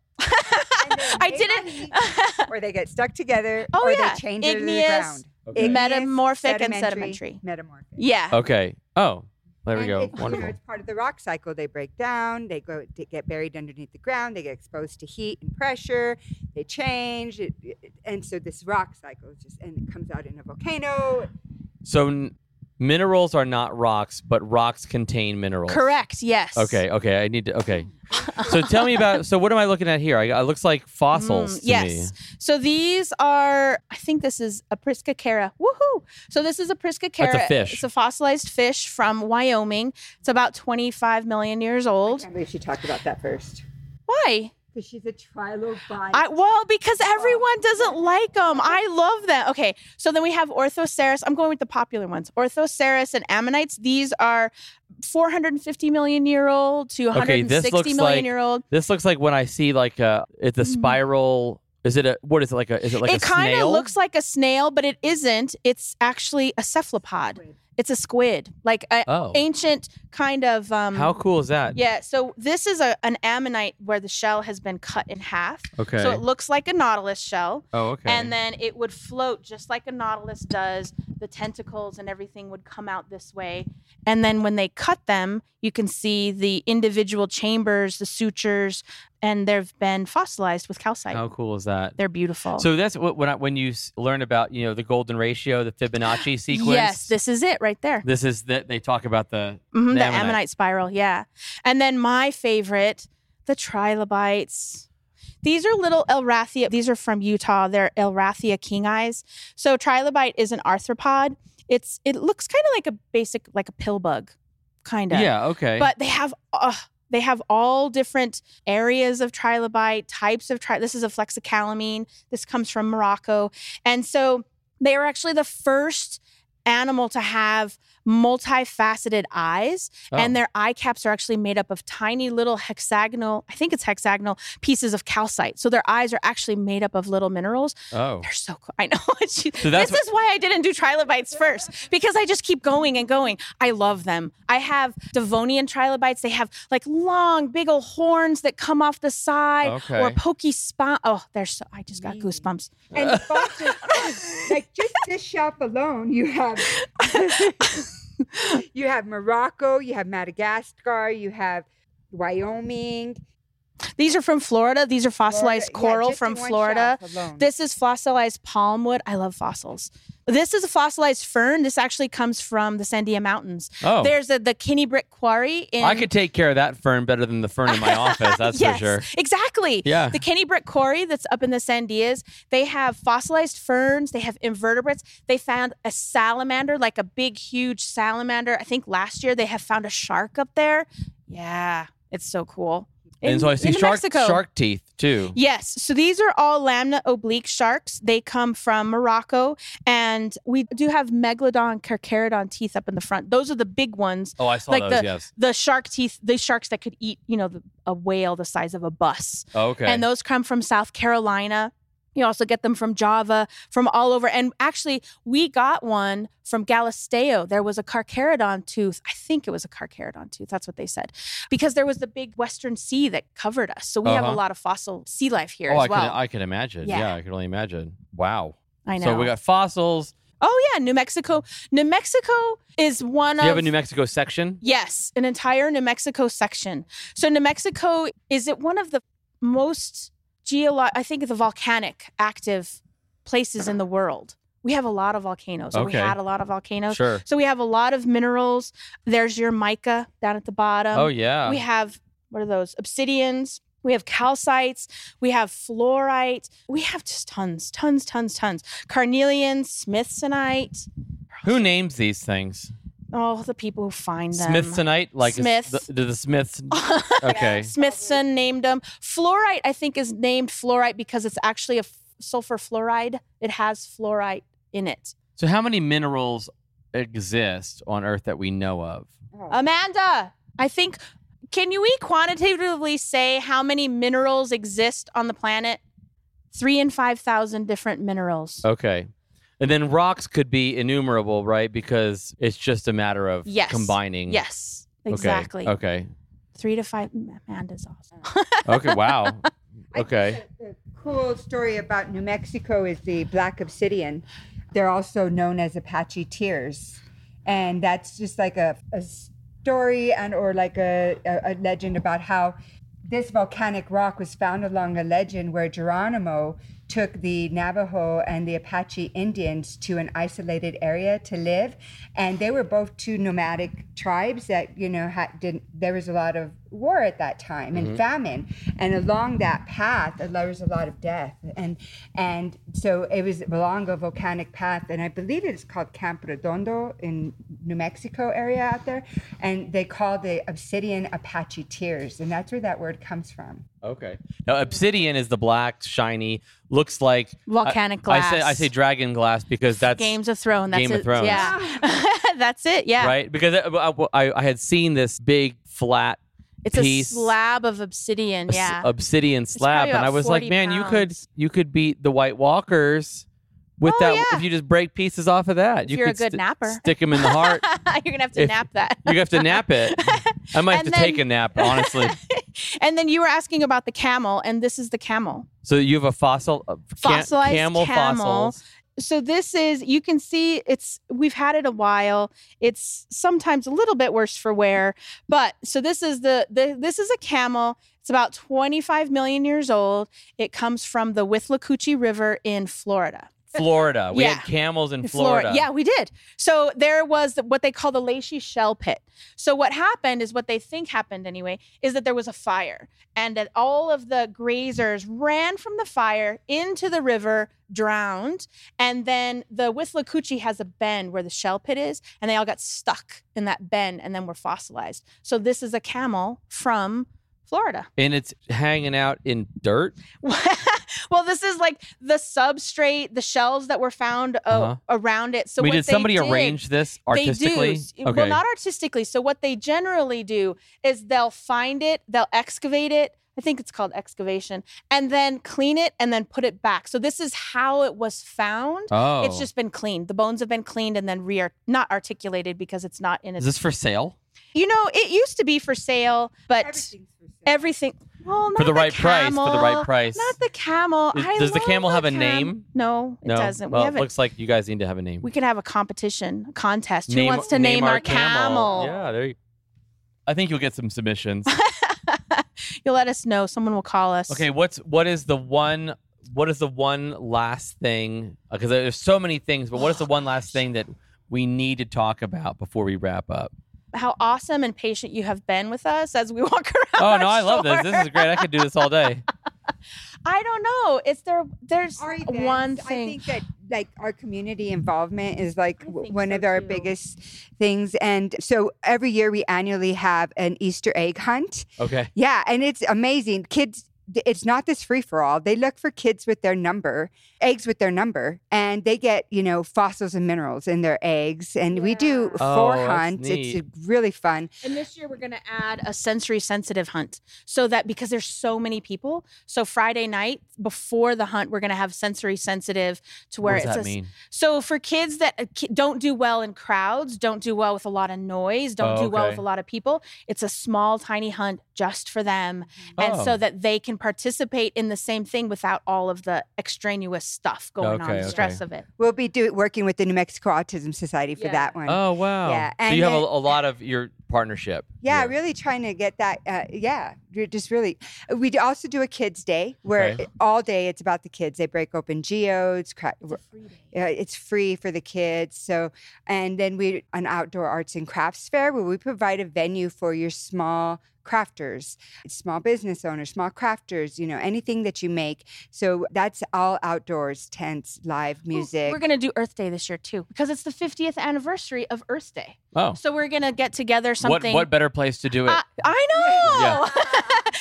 i [LAUGHS] didn't or they get stuck together. Oh, or yeah. they change it to the Igneous, ground. okay. Igneous, Metamorphic and sedimentary. Metamorphic. yeah okay. Oh, there we And go. it's, you know, Wonderful. it's part of the rock cycle. They break down. They go. They get buried underneath the ground. They get exposed to heat and pressure. They change. It, it- and so this rock cycle is just and it comes out in a volcano. So n- minerals are not rocks, but rocks contain minerals. Correct. Yes. Okay. Okay. I need to. Okay. So tell me about. So what am I looking at here? I, it looks like fossils. Mm, to yes. Me. So these are, I think this is a Priscacara. Woohoo! So this is a Priscacara. fish. It's a fossilized fish from Wyoming. It's about 25 million years old. I believe she talked about that first. Why? Because she's a trilobite. I, well, because everyone doesn't like them. I love them. Okay, so then we have Orthoceras. I'm going with the popular ones. Orthoceras and ammonites. These are 450 million year old to Okay, 160 this million looks like- year old. This looks like when I see like a. It's a Mhm. spiral. Is it a? What is it like a? Is it like a it kind of snail? looks like a snail, but it isn't. It's actually a cephalopod. Squid. It's a squid, like an Oh. ancient kind of. Um, How cool is that? Yeah. So this is a, an ammonite where the shell has been cut in half. Okay. So it looks like a nautilus shell. oh. Okay. And then it would float just like a nautilus does. The tentacles and everything would come out this way. And then when they cut them, you can see the individual chambers, the sutures, and they've been fossilized with calcite. How cool is that? They're beautiful. Oh. So that's what when I, when you s- learn about you know the golden ratio, the [GASPS] Fibonacci sequence. Yes, this is it right there. this is that they talk about the Mhm, The the ammonite. ammonite. spiral, yeah. And then my favorite, the trilobites. These are little Elrathia. These are from Utah. They're Elrathia king eyes. So trilobite is an arthropod. It's it looks kind of like a basic like a pill bug, kind of. yeah okay But they have uh, they have all different areas of trilobite, types of tri. This is a flexicalamine. This comes from Morocco, and so they are actually the first animal to have multifaceted eyes Oh. and their eye caps are actually made up of tiny little hexagonal i think it's hexagonal pieces of calcite so their eyes are actually made up of little minerals oh they're so cool i know [LAUGHS] She- So that's this is why i didn't do trilobites first because i just keep going and going i love them i have devonian trilobites they have like long big old horns that come off the side okay or pokey spot oh they're so i just got Yay. goosebumps and [LAUGHS] the fossils, like just this shop alone, you have [LAUGHS] you have Morocco, you have Madagascar, you have Wyoming, these are from florida these are fossilized Florida- yeah, coral just from in one florida shelf alone. This is fossilized palmwood. I love fossils. This is a fossilized fern. This actually comes from the Sandia Mountains. oh There's a, the Kinneybrick Quarry in. I could take care of that fern better than the fern in [LAUGHS] my office that's yes, for sure Exactly. yeah The Kinneybrick Quarry that's up in the Sandias, they have fossilized ferns, they have invertebrates. They found a salamander, like a big, huge salamander. I think last year they have found a shark up there. Yeah, it's so cool. and so I see in shark Mexico. shark teeth too Yes. So these are all lamina oblique sharks. They come from Morocco. And we do have megalodon and carcharodon teeth up in the front. Those are the big ones. oh I saw Like those the- yes The shark teeth, the sharks that could eat, you know, the, a whale the size of a bus. oh, okay And those come from South Carolina. You also get them from Java, from all over. And actually, we got one from Galisteo. There was a carcharodon tooth. I think it was a carcharodon tooth. That's what they said. Because there was the big Western Sea that covered us. So we have Uh-huh. a lot of fossil sea life here oh I as can well. I can imagine yeah. Yeah. I can only imagine wow I know. so we got fossils Oh yeah, New Mexico. New Mexico is one do you of have a New Mexico section Yes, an entire New Mexico section. So New Mexico is it one of the most geolo- I think the volcanic active places in the world. We have a lot of volcanoes. Or we Okay. had a lot of volcanoes. sure So we have a lot of minerals. There's your mica down at the bottom. oh yeah We have what are those? Obsidians. We have calcites. We have fluorite. We have just tons, tons, tons, tons. Carnelian, smithsonite. who names these things Oh, the people who find them. [LAUGHS] Smithsonite like is Smiths. the, do the Smiths okay Smithson named them. Fluorite, I think, is named fluorite because it's actually a f- sulfur fluoride. It has fluorite in it. so how many minerals exist on Earth that we know of Oh. Amanda, I think, can you we quantitatively say how many minerals exist on the planet? Three and 5,000 different minerals. Okay. And then rocks could be innumerable, right? Because it's just a matter of Yes. combining. Yes, Okay. Oh. exactly. Okay. Three to five. Amanda's awesome. Okay. [LAUGHS] Wow. I think Okay. The, the cool story about New Mexico is the black obsidian. They're also known as Apache tears, and that's just like a, a story and or like a, a, a legend about how this volcanic rock was found along a legend where Geronimo took the Navajo and the Apache Indians to an isolated area to live, and they were both two nomadic tribes that you know had, didn't. There was a lot of war at that time and famine, and along that path there was a lot of death, and and so it was along a volcanic path, and I believe it's called Camp Redondo in New Mexico area out there, and they call the obsidian Apache tears, and that's where that word comes from. Okay. Now, obsidian is the black, shiny, looks like Volcanic I- I say glass. I say dragon glass because that's Games of Thrones. That's Game it. of Thrones. Yeah. [LAUGHS] that's it. Yeah. right because I, I, I had seen this big flat It's piece, a slab of obsidian. s- Yeah. [LAUGHS] obsidian slab, and about I was like, 40 man, you could pounds. you could beat the White Walkers with Oh, that yeah. if you just break pieces off of that. If you you're a could good napper. stick them in the heart. You're going to have to If- nap that. you have to nap [LAUGHS] it. I might have And to then- take a nap, [LAUGHS] honestly. and then you were asking about the camel, and this is the camel. so you have a fossil, a ca- Fossilized camel, camel. fossils. so this is you can see it's we've had it a while it's sometimes a little bit worse for wear but so this is the, the this is a camel it's about 25 million years old it comes from the withlacoochee river in florida Florida. We Yeah. had camels in in Flor- Florida. Yeah, we did. So there was the- what they call the Lacey Shell Pit. So what happened is what they think happened anyway is that there was a fire and that all of the grazers ran from the fire into the river, drowned, and then the Withlacoochee has a bend where the shell pit is, and they all got stuck in that bend and then were fossilized. So this is a camel from Florida. [LAUGHS] And it's hanging out in dirt. well, this is like the substrate, the shells that were found uh, Uh-huh. around it. So I mean, what did they somebody did- arrange this artistically? They do. Well, not artistically. So what they generally do is they'll find it, they'll excavate it. I think it's called excavation, and then clean it and then put it back. So this is how it was found. oh. It's just been cleaned. The bones have been cleaned and then re not articulated because it's not in Is its. this for sale? you know, it used to be for sale, but everything. Everything's for sale. well, not For the right camel, price. For the right price. Not the camel. Is- I does the love camel have a cam- name? No, it no. doesn't. Well, we it haven't. looks like you guys need to have a name. we could have a competition, a contest. Who wants to name, our, camel? Yeah, there you I think you'll get some [LAUGHS] submissions. You'll let us know. Someone will call us. okay, what's what is the one what is the one last thing because there's so many things, but Oh, what is the one last thing that we need to talk about before we wrap [LAUGHS] up? How awesome and patient you have been with us as we [LAUGHS] walk around. Oh our no, I love this. store. This is great. I could do this all day. [LAUGHS] I don't know. It's there. There's our events, one I thing. think that like our community involvement is like I w- think one so of our too. biggest things. And so every year we annually have an Easter egg hunt. Okay. Yeah, and it's amazing. Kids th- it's not this free for all. They look for kids with their number, eggs with their number, and they get, you know, fossils and minerals in their eggs. And we do Yeah. Oh, four that's hunts. neat. It's really fun. and this year we're going to add a sensory sensitive hunt so that because there's so many people. So Friday night before the hunt, we're going to have sensory sensitive to where what does it's that a, mean? So for kids that uh, ki- don't do well in crowds, don't do well with a lot of noise, don't Oh, do well okay. with a lot of people, it's a small tiny hunt just for them and Oh. so that they can participate in the same thing without all of the extraneous stuff going on, Okay, the okay. stress of it. We'll be do- working with the New Mexico Autism Society for Yeah. that one. Oh wow. Yeah, so and you have a, then- a lot of your partnership. Yeah, here. really trying to get that. Uh, yeah, re- just really. We d- also do a kids' day where Okay. it- all day it's about the kids. They break open geodes. Cra- w- uh, it's free for the kids. So, and then we an outdoor arts and crafts fair where we provide a venue for your small crafters, small business owners, small crafters. You know, anything that you make. So that's all outdoors, tents, live Ooh, music. We're going to do Earth Day this year too because it's the 50th anniversary of Earth Day. Oh. So we're going to get together something. What what better place to do it? I, [LAUGHS] I know.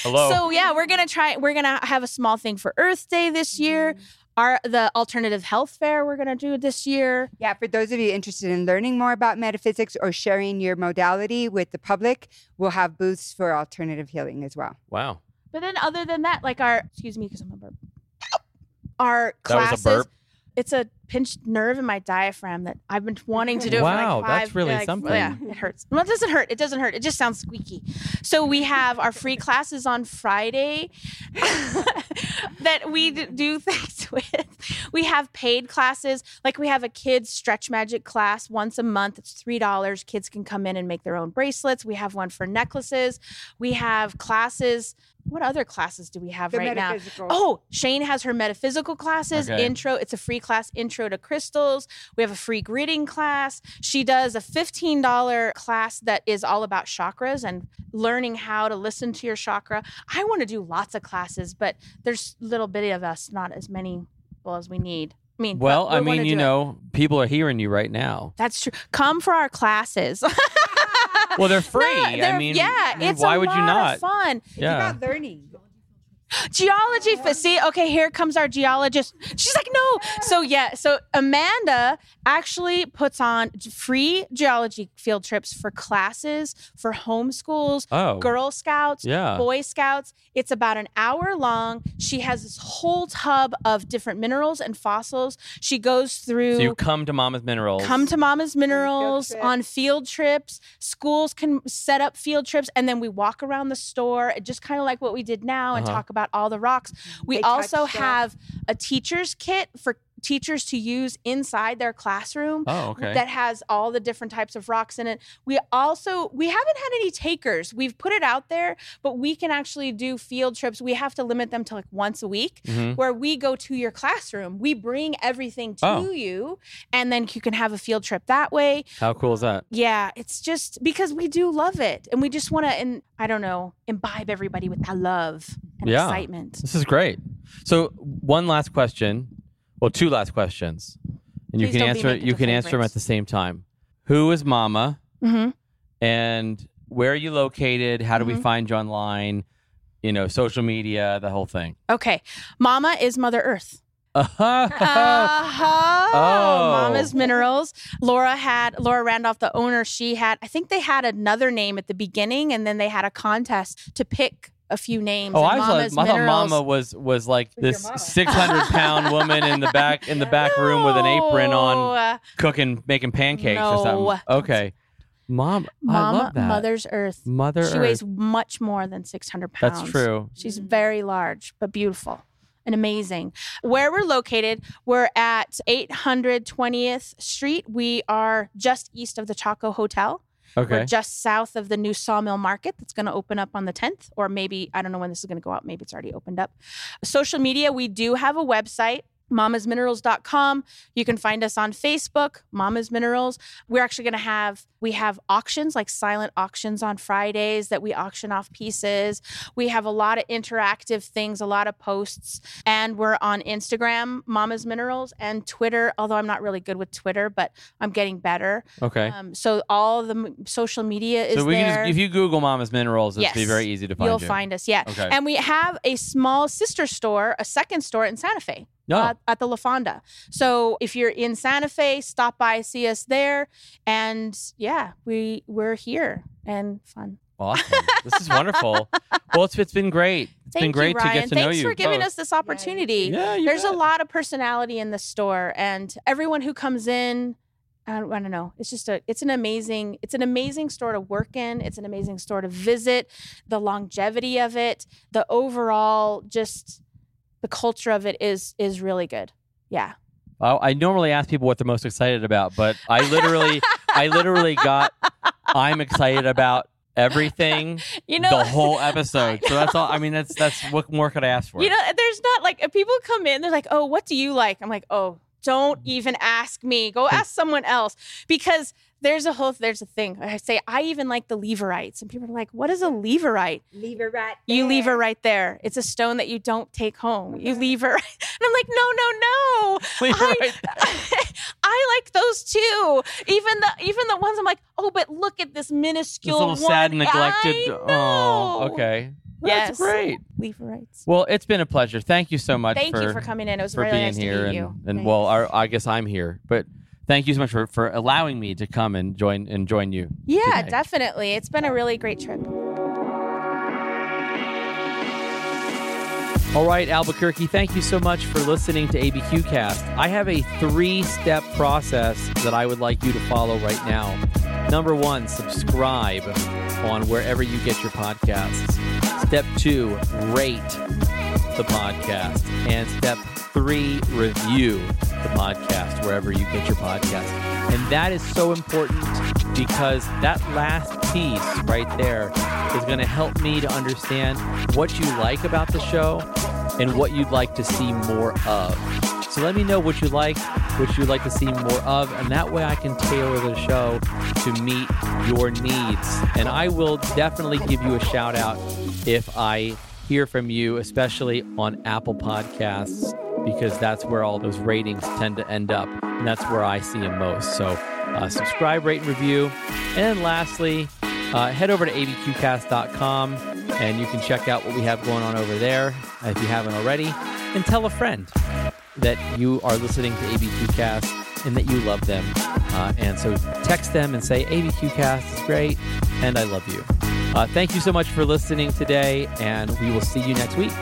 Hello. [LAUGHS] So yeah, we're gonna try. We're gonna have a small thing for Earth Day this year. Our the alternative health fair we're gonna do this year. Yeah, for those of you interested in learning more about metaphysics or sharing your modality with the public, we'll have booths for alternative healing as well. wow. But then other than that, like our excuse me because I'm a burp. Our That was a classes. burp. It's a pinched nerve in my diaphragm that I've been wanting to do. Wow, for like that's five, really like, something. Yeah, it hurts. Well, it doesn't hurt. It doesn't hurt. It just sounds squeaky. So we have our free classes on Friday [LAUGHS] that we d- do things [LAUGHS] with. We have paid classes. Like we have a kids stretch magic class once a month. It's three dollars. Kids can come in and make their own bracelets. We have one for necklaces. We have classes what other classes do we have The right now? metaphysical. Oh, Shane has her metaphysical classes Okay. intro. It's a free class intro to crystals. We have a free gritting class. She does a $15 class that is all about chakras and learning how to listen to your chakra. I want to do lots of classes, but there's little bit of us, not as many people as we need. I mean, but Well, I we wanna mean, you do it. know, people are hearing you right now. That's true. Come for our classes. [LAUGHS] Well, they're free. Uh, No, I they're- mean, yeah, it's why a would lot you not? Of fun. Yeah. It's about learning. Geology. fa- See, okay, here comes our geologist. She's like, no. So yeah, so Amanda actually puts on g- free geology field trips for classes, for homeschools, Oh, Girl Scouts, yeah. Boy Scouts. It's about an hour long. She has this whole tub of different minerals and fossils. She goes through. So you come to Mama's Minerals. Come to Mama's Minerals trip. on field trips. Schools can set up field trips, and then we walk around the store, eh, just kind of like what we did now, and Uh-huh. talk about all the rocks. We Mm-hmm. They touch also stuff. have a teacher's kit for teachers to use inside their classroom. Oh, okay. That has all the different types of rocks in it. We also we haven't had any takers. We've put it out there, but we can actually do field trips. We have to limit them to like once a week Mhm. where we go to your classroom. We bring everything to Oh. you, and then you can have a field trip that way. How cool is that? Yeah, it's just because we do love it, and we just want to, and I don't know, imbibe everybody with that love and Yeah. excitement. This is great. So one last question. Well, two last questions, and you Please can don't be answer. making You the can answer them at favorites. the same time. Who is Mama, Mm-hmm. and where are you located? How do we Mhm. find you online? You know, social media, the whole thing. [LAUGHS] Oh, Okay, Mama is Mother Earth. Uh-huh. Uh-huh. Oh. Mama's Minerals. Laura had Laura Randolph, the owner. She had I think they had another name at the beginning, and then they had a contest to pick a few names. Oh, and I, was, Mama's I thought Minerals- Mama was was like With your this mama. six hundred pound woman in the back in the back room with an apron on, No. cooking, making pancakes or No. something. Okay, Mom, I Mama, love that. Mother's Earth. Mother she Earth. weighs much more than 600 pounds. That's true. She's very large, but beautiful and amazing. Where we're located, we're at 820th Street. We are just east of the Chaco Hotel. Okay. We're just south of the new sawmill market that's going to open up on the 10th, or maybe I don't know when this is going to go out. Maybe it's already opened up. Social media, we do have a website. Mamasminerals.com. You can find us on Facebook, Mamas Minerals. We're actually going to have we have auctions like silent auctions on Fridays that we auction off pieces. We have a lot of interactive things, a lot of posts, and we're on Instagram, Mamas Minerals, and Twitter. Although I'm not really good with Twitter, but I'm getting better. okay. Um, so all the m- social media is So we there. can just, if you Google Mama's Minerals, it's be Yes. very easy to find. will you. find us, yeah. Okay. And we have a small sister store, a second store in Santa Fe no. uh, at the La Fonda. So if you're in Santa Fe, stop by, see us there, and yeah, we we're here and fun. awesome. this is [LAUGHS] wonderful. Well, it's, it's been great. It's Thank been great you, to Ryan. get to Thanks know you. for giving both. us this opportunity. [LAUGHS] Yeah, you There's a bet. lot of personality in the store, and everyone who comes in, I don't, I don't know. It's just a, it's an amazing, it's an amazing store to work in. It's an amazing store to visit. The longevity of it, the overall, just the culture of it is is really good. Yeah. I, I normally ask people what they're most excited about, but I literally, I literally got. I'm excited about everything. [LAUGHS] You know, uh, the whole episode. So that's all. I mean, that's that's what more could I ask for? [LAUGHS] you know, there's not like if people come in, they're like, oh, what do you like? I'm like, oh, don't Mm-hmm. even ask me. Mm. Go ask someone else because. There's a whole there's a thing. I say I even like the leverites, and people are like, "What is a leverite?" Leave her right. You leave her there. right there. It's a stone that you don't take home. You leave her. [LAUGHS] And I'm like, no, no, [LAUGHS] no. Leave her I- right there. I like those too. Even the even the ones I'm like, oh, but look at this This minuscule little one. sad, neglected. I Oh, know. okay. Yes. That's great. Leverites. Well, it's been a pleasure. Thank you so much. Thank for, you for coming in. It was for really being nice here, to meet and, you. and Thanks. well, our, I guess I'm here, but thank you so much for, for allowing me to come and join and join you. Yeah, today. definitely. It's been a really great trip. All right, Albuquerque, thank you so much for listening to ABQ Cast. I have a three step process that I would like you to follow right now. Number one, subscribe on wherever you get your podcasts. Step two, rate the podcast. And step three review the podcast wherever you get your podcast. And that is so important because that last piece right there is going to help me to understand what you like about the show and what you'd like to see more of. So let me know what you like, what you'd like to see more of, and that way I can tailor the show to meet your needs. And I will definitely give you a shout out if I hear from you, especially on Apple Podcasts, because that's where all those ratings tend to end up. And that's where I see them most. So uh, subscribe, rate, and review. And then lastly, uh, head over to abqcast.com and you can check out what we have going on over there if you haven't already. And tell a friend that you are listening to ABQcast and that you love them. Uh, and so text them and say, ABQcast is great and I love you. Uh, thank you so much for listening today, and we will see you next week.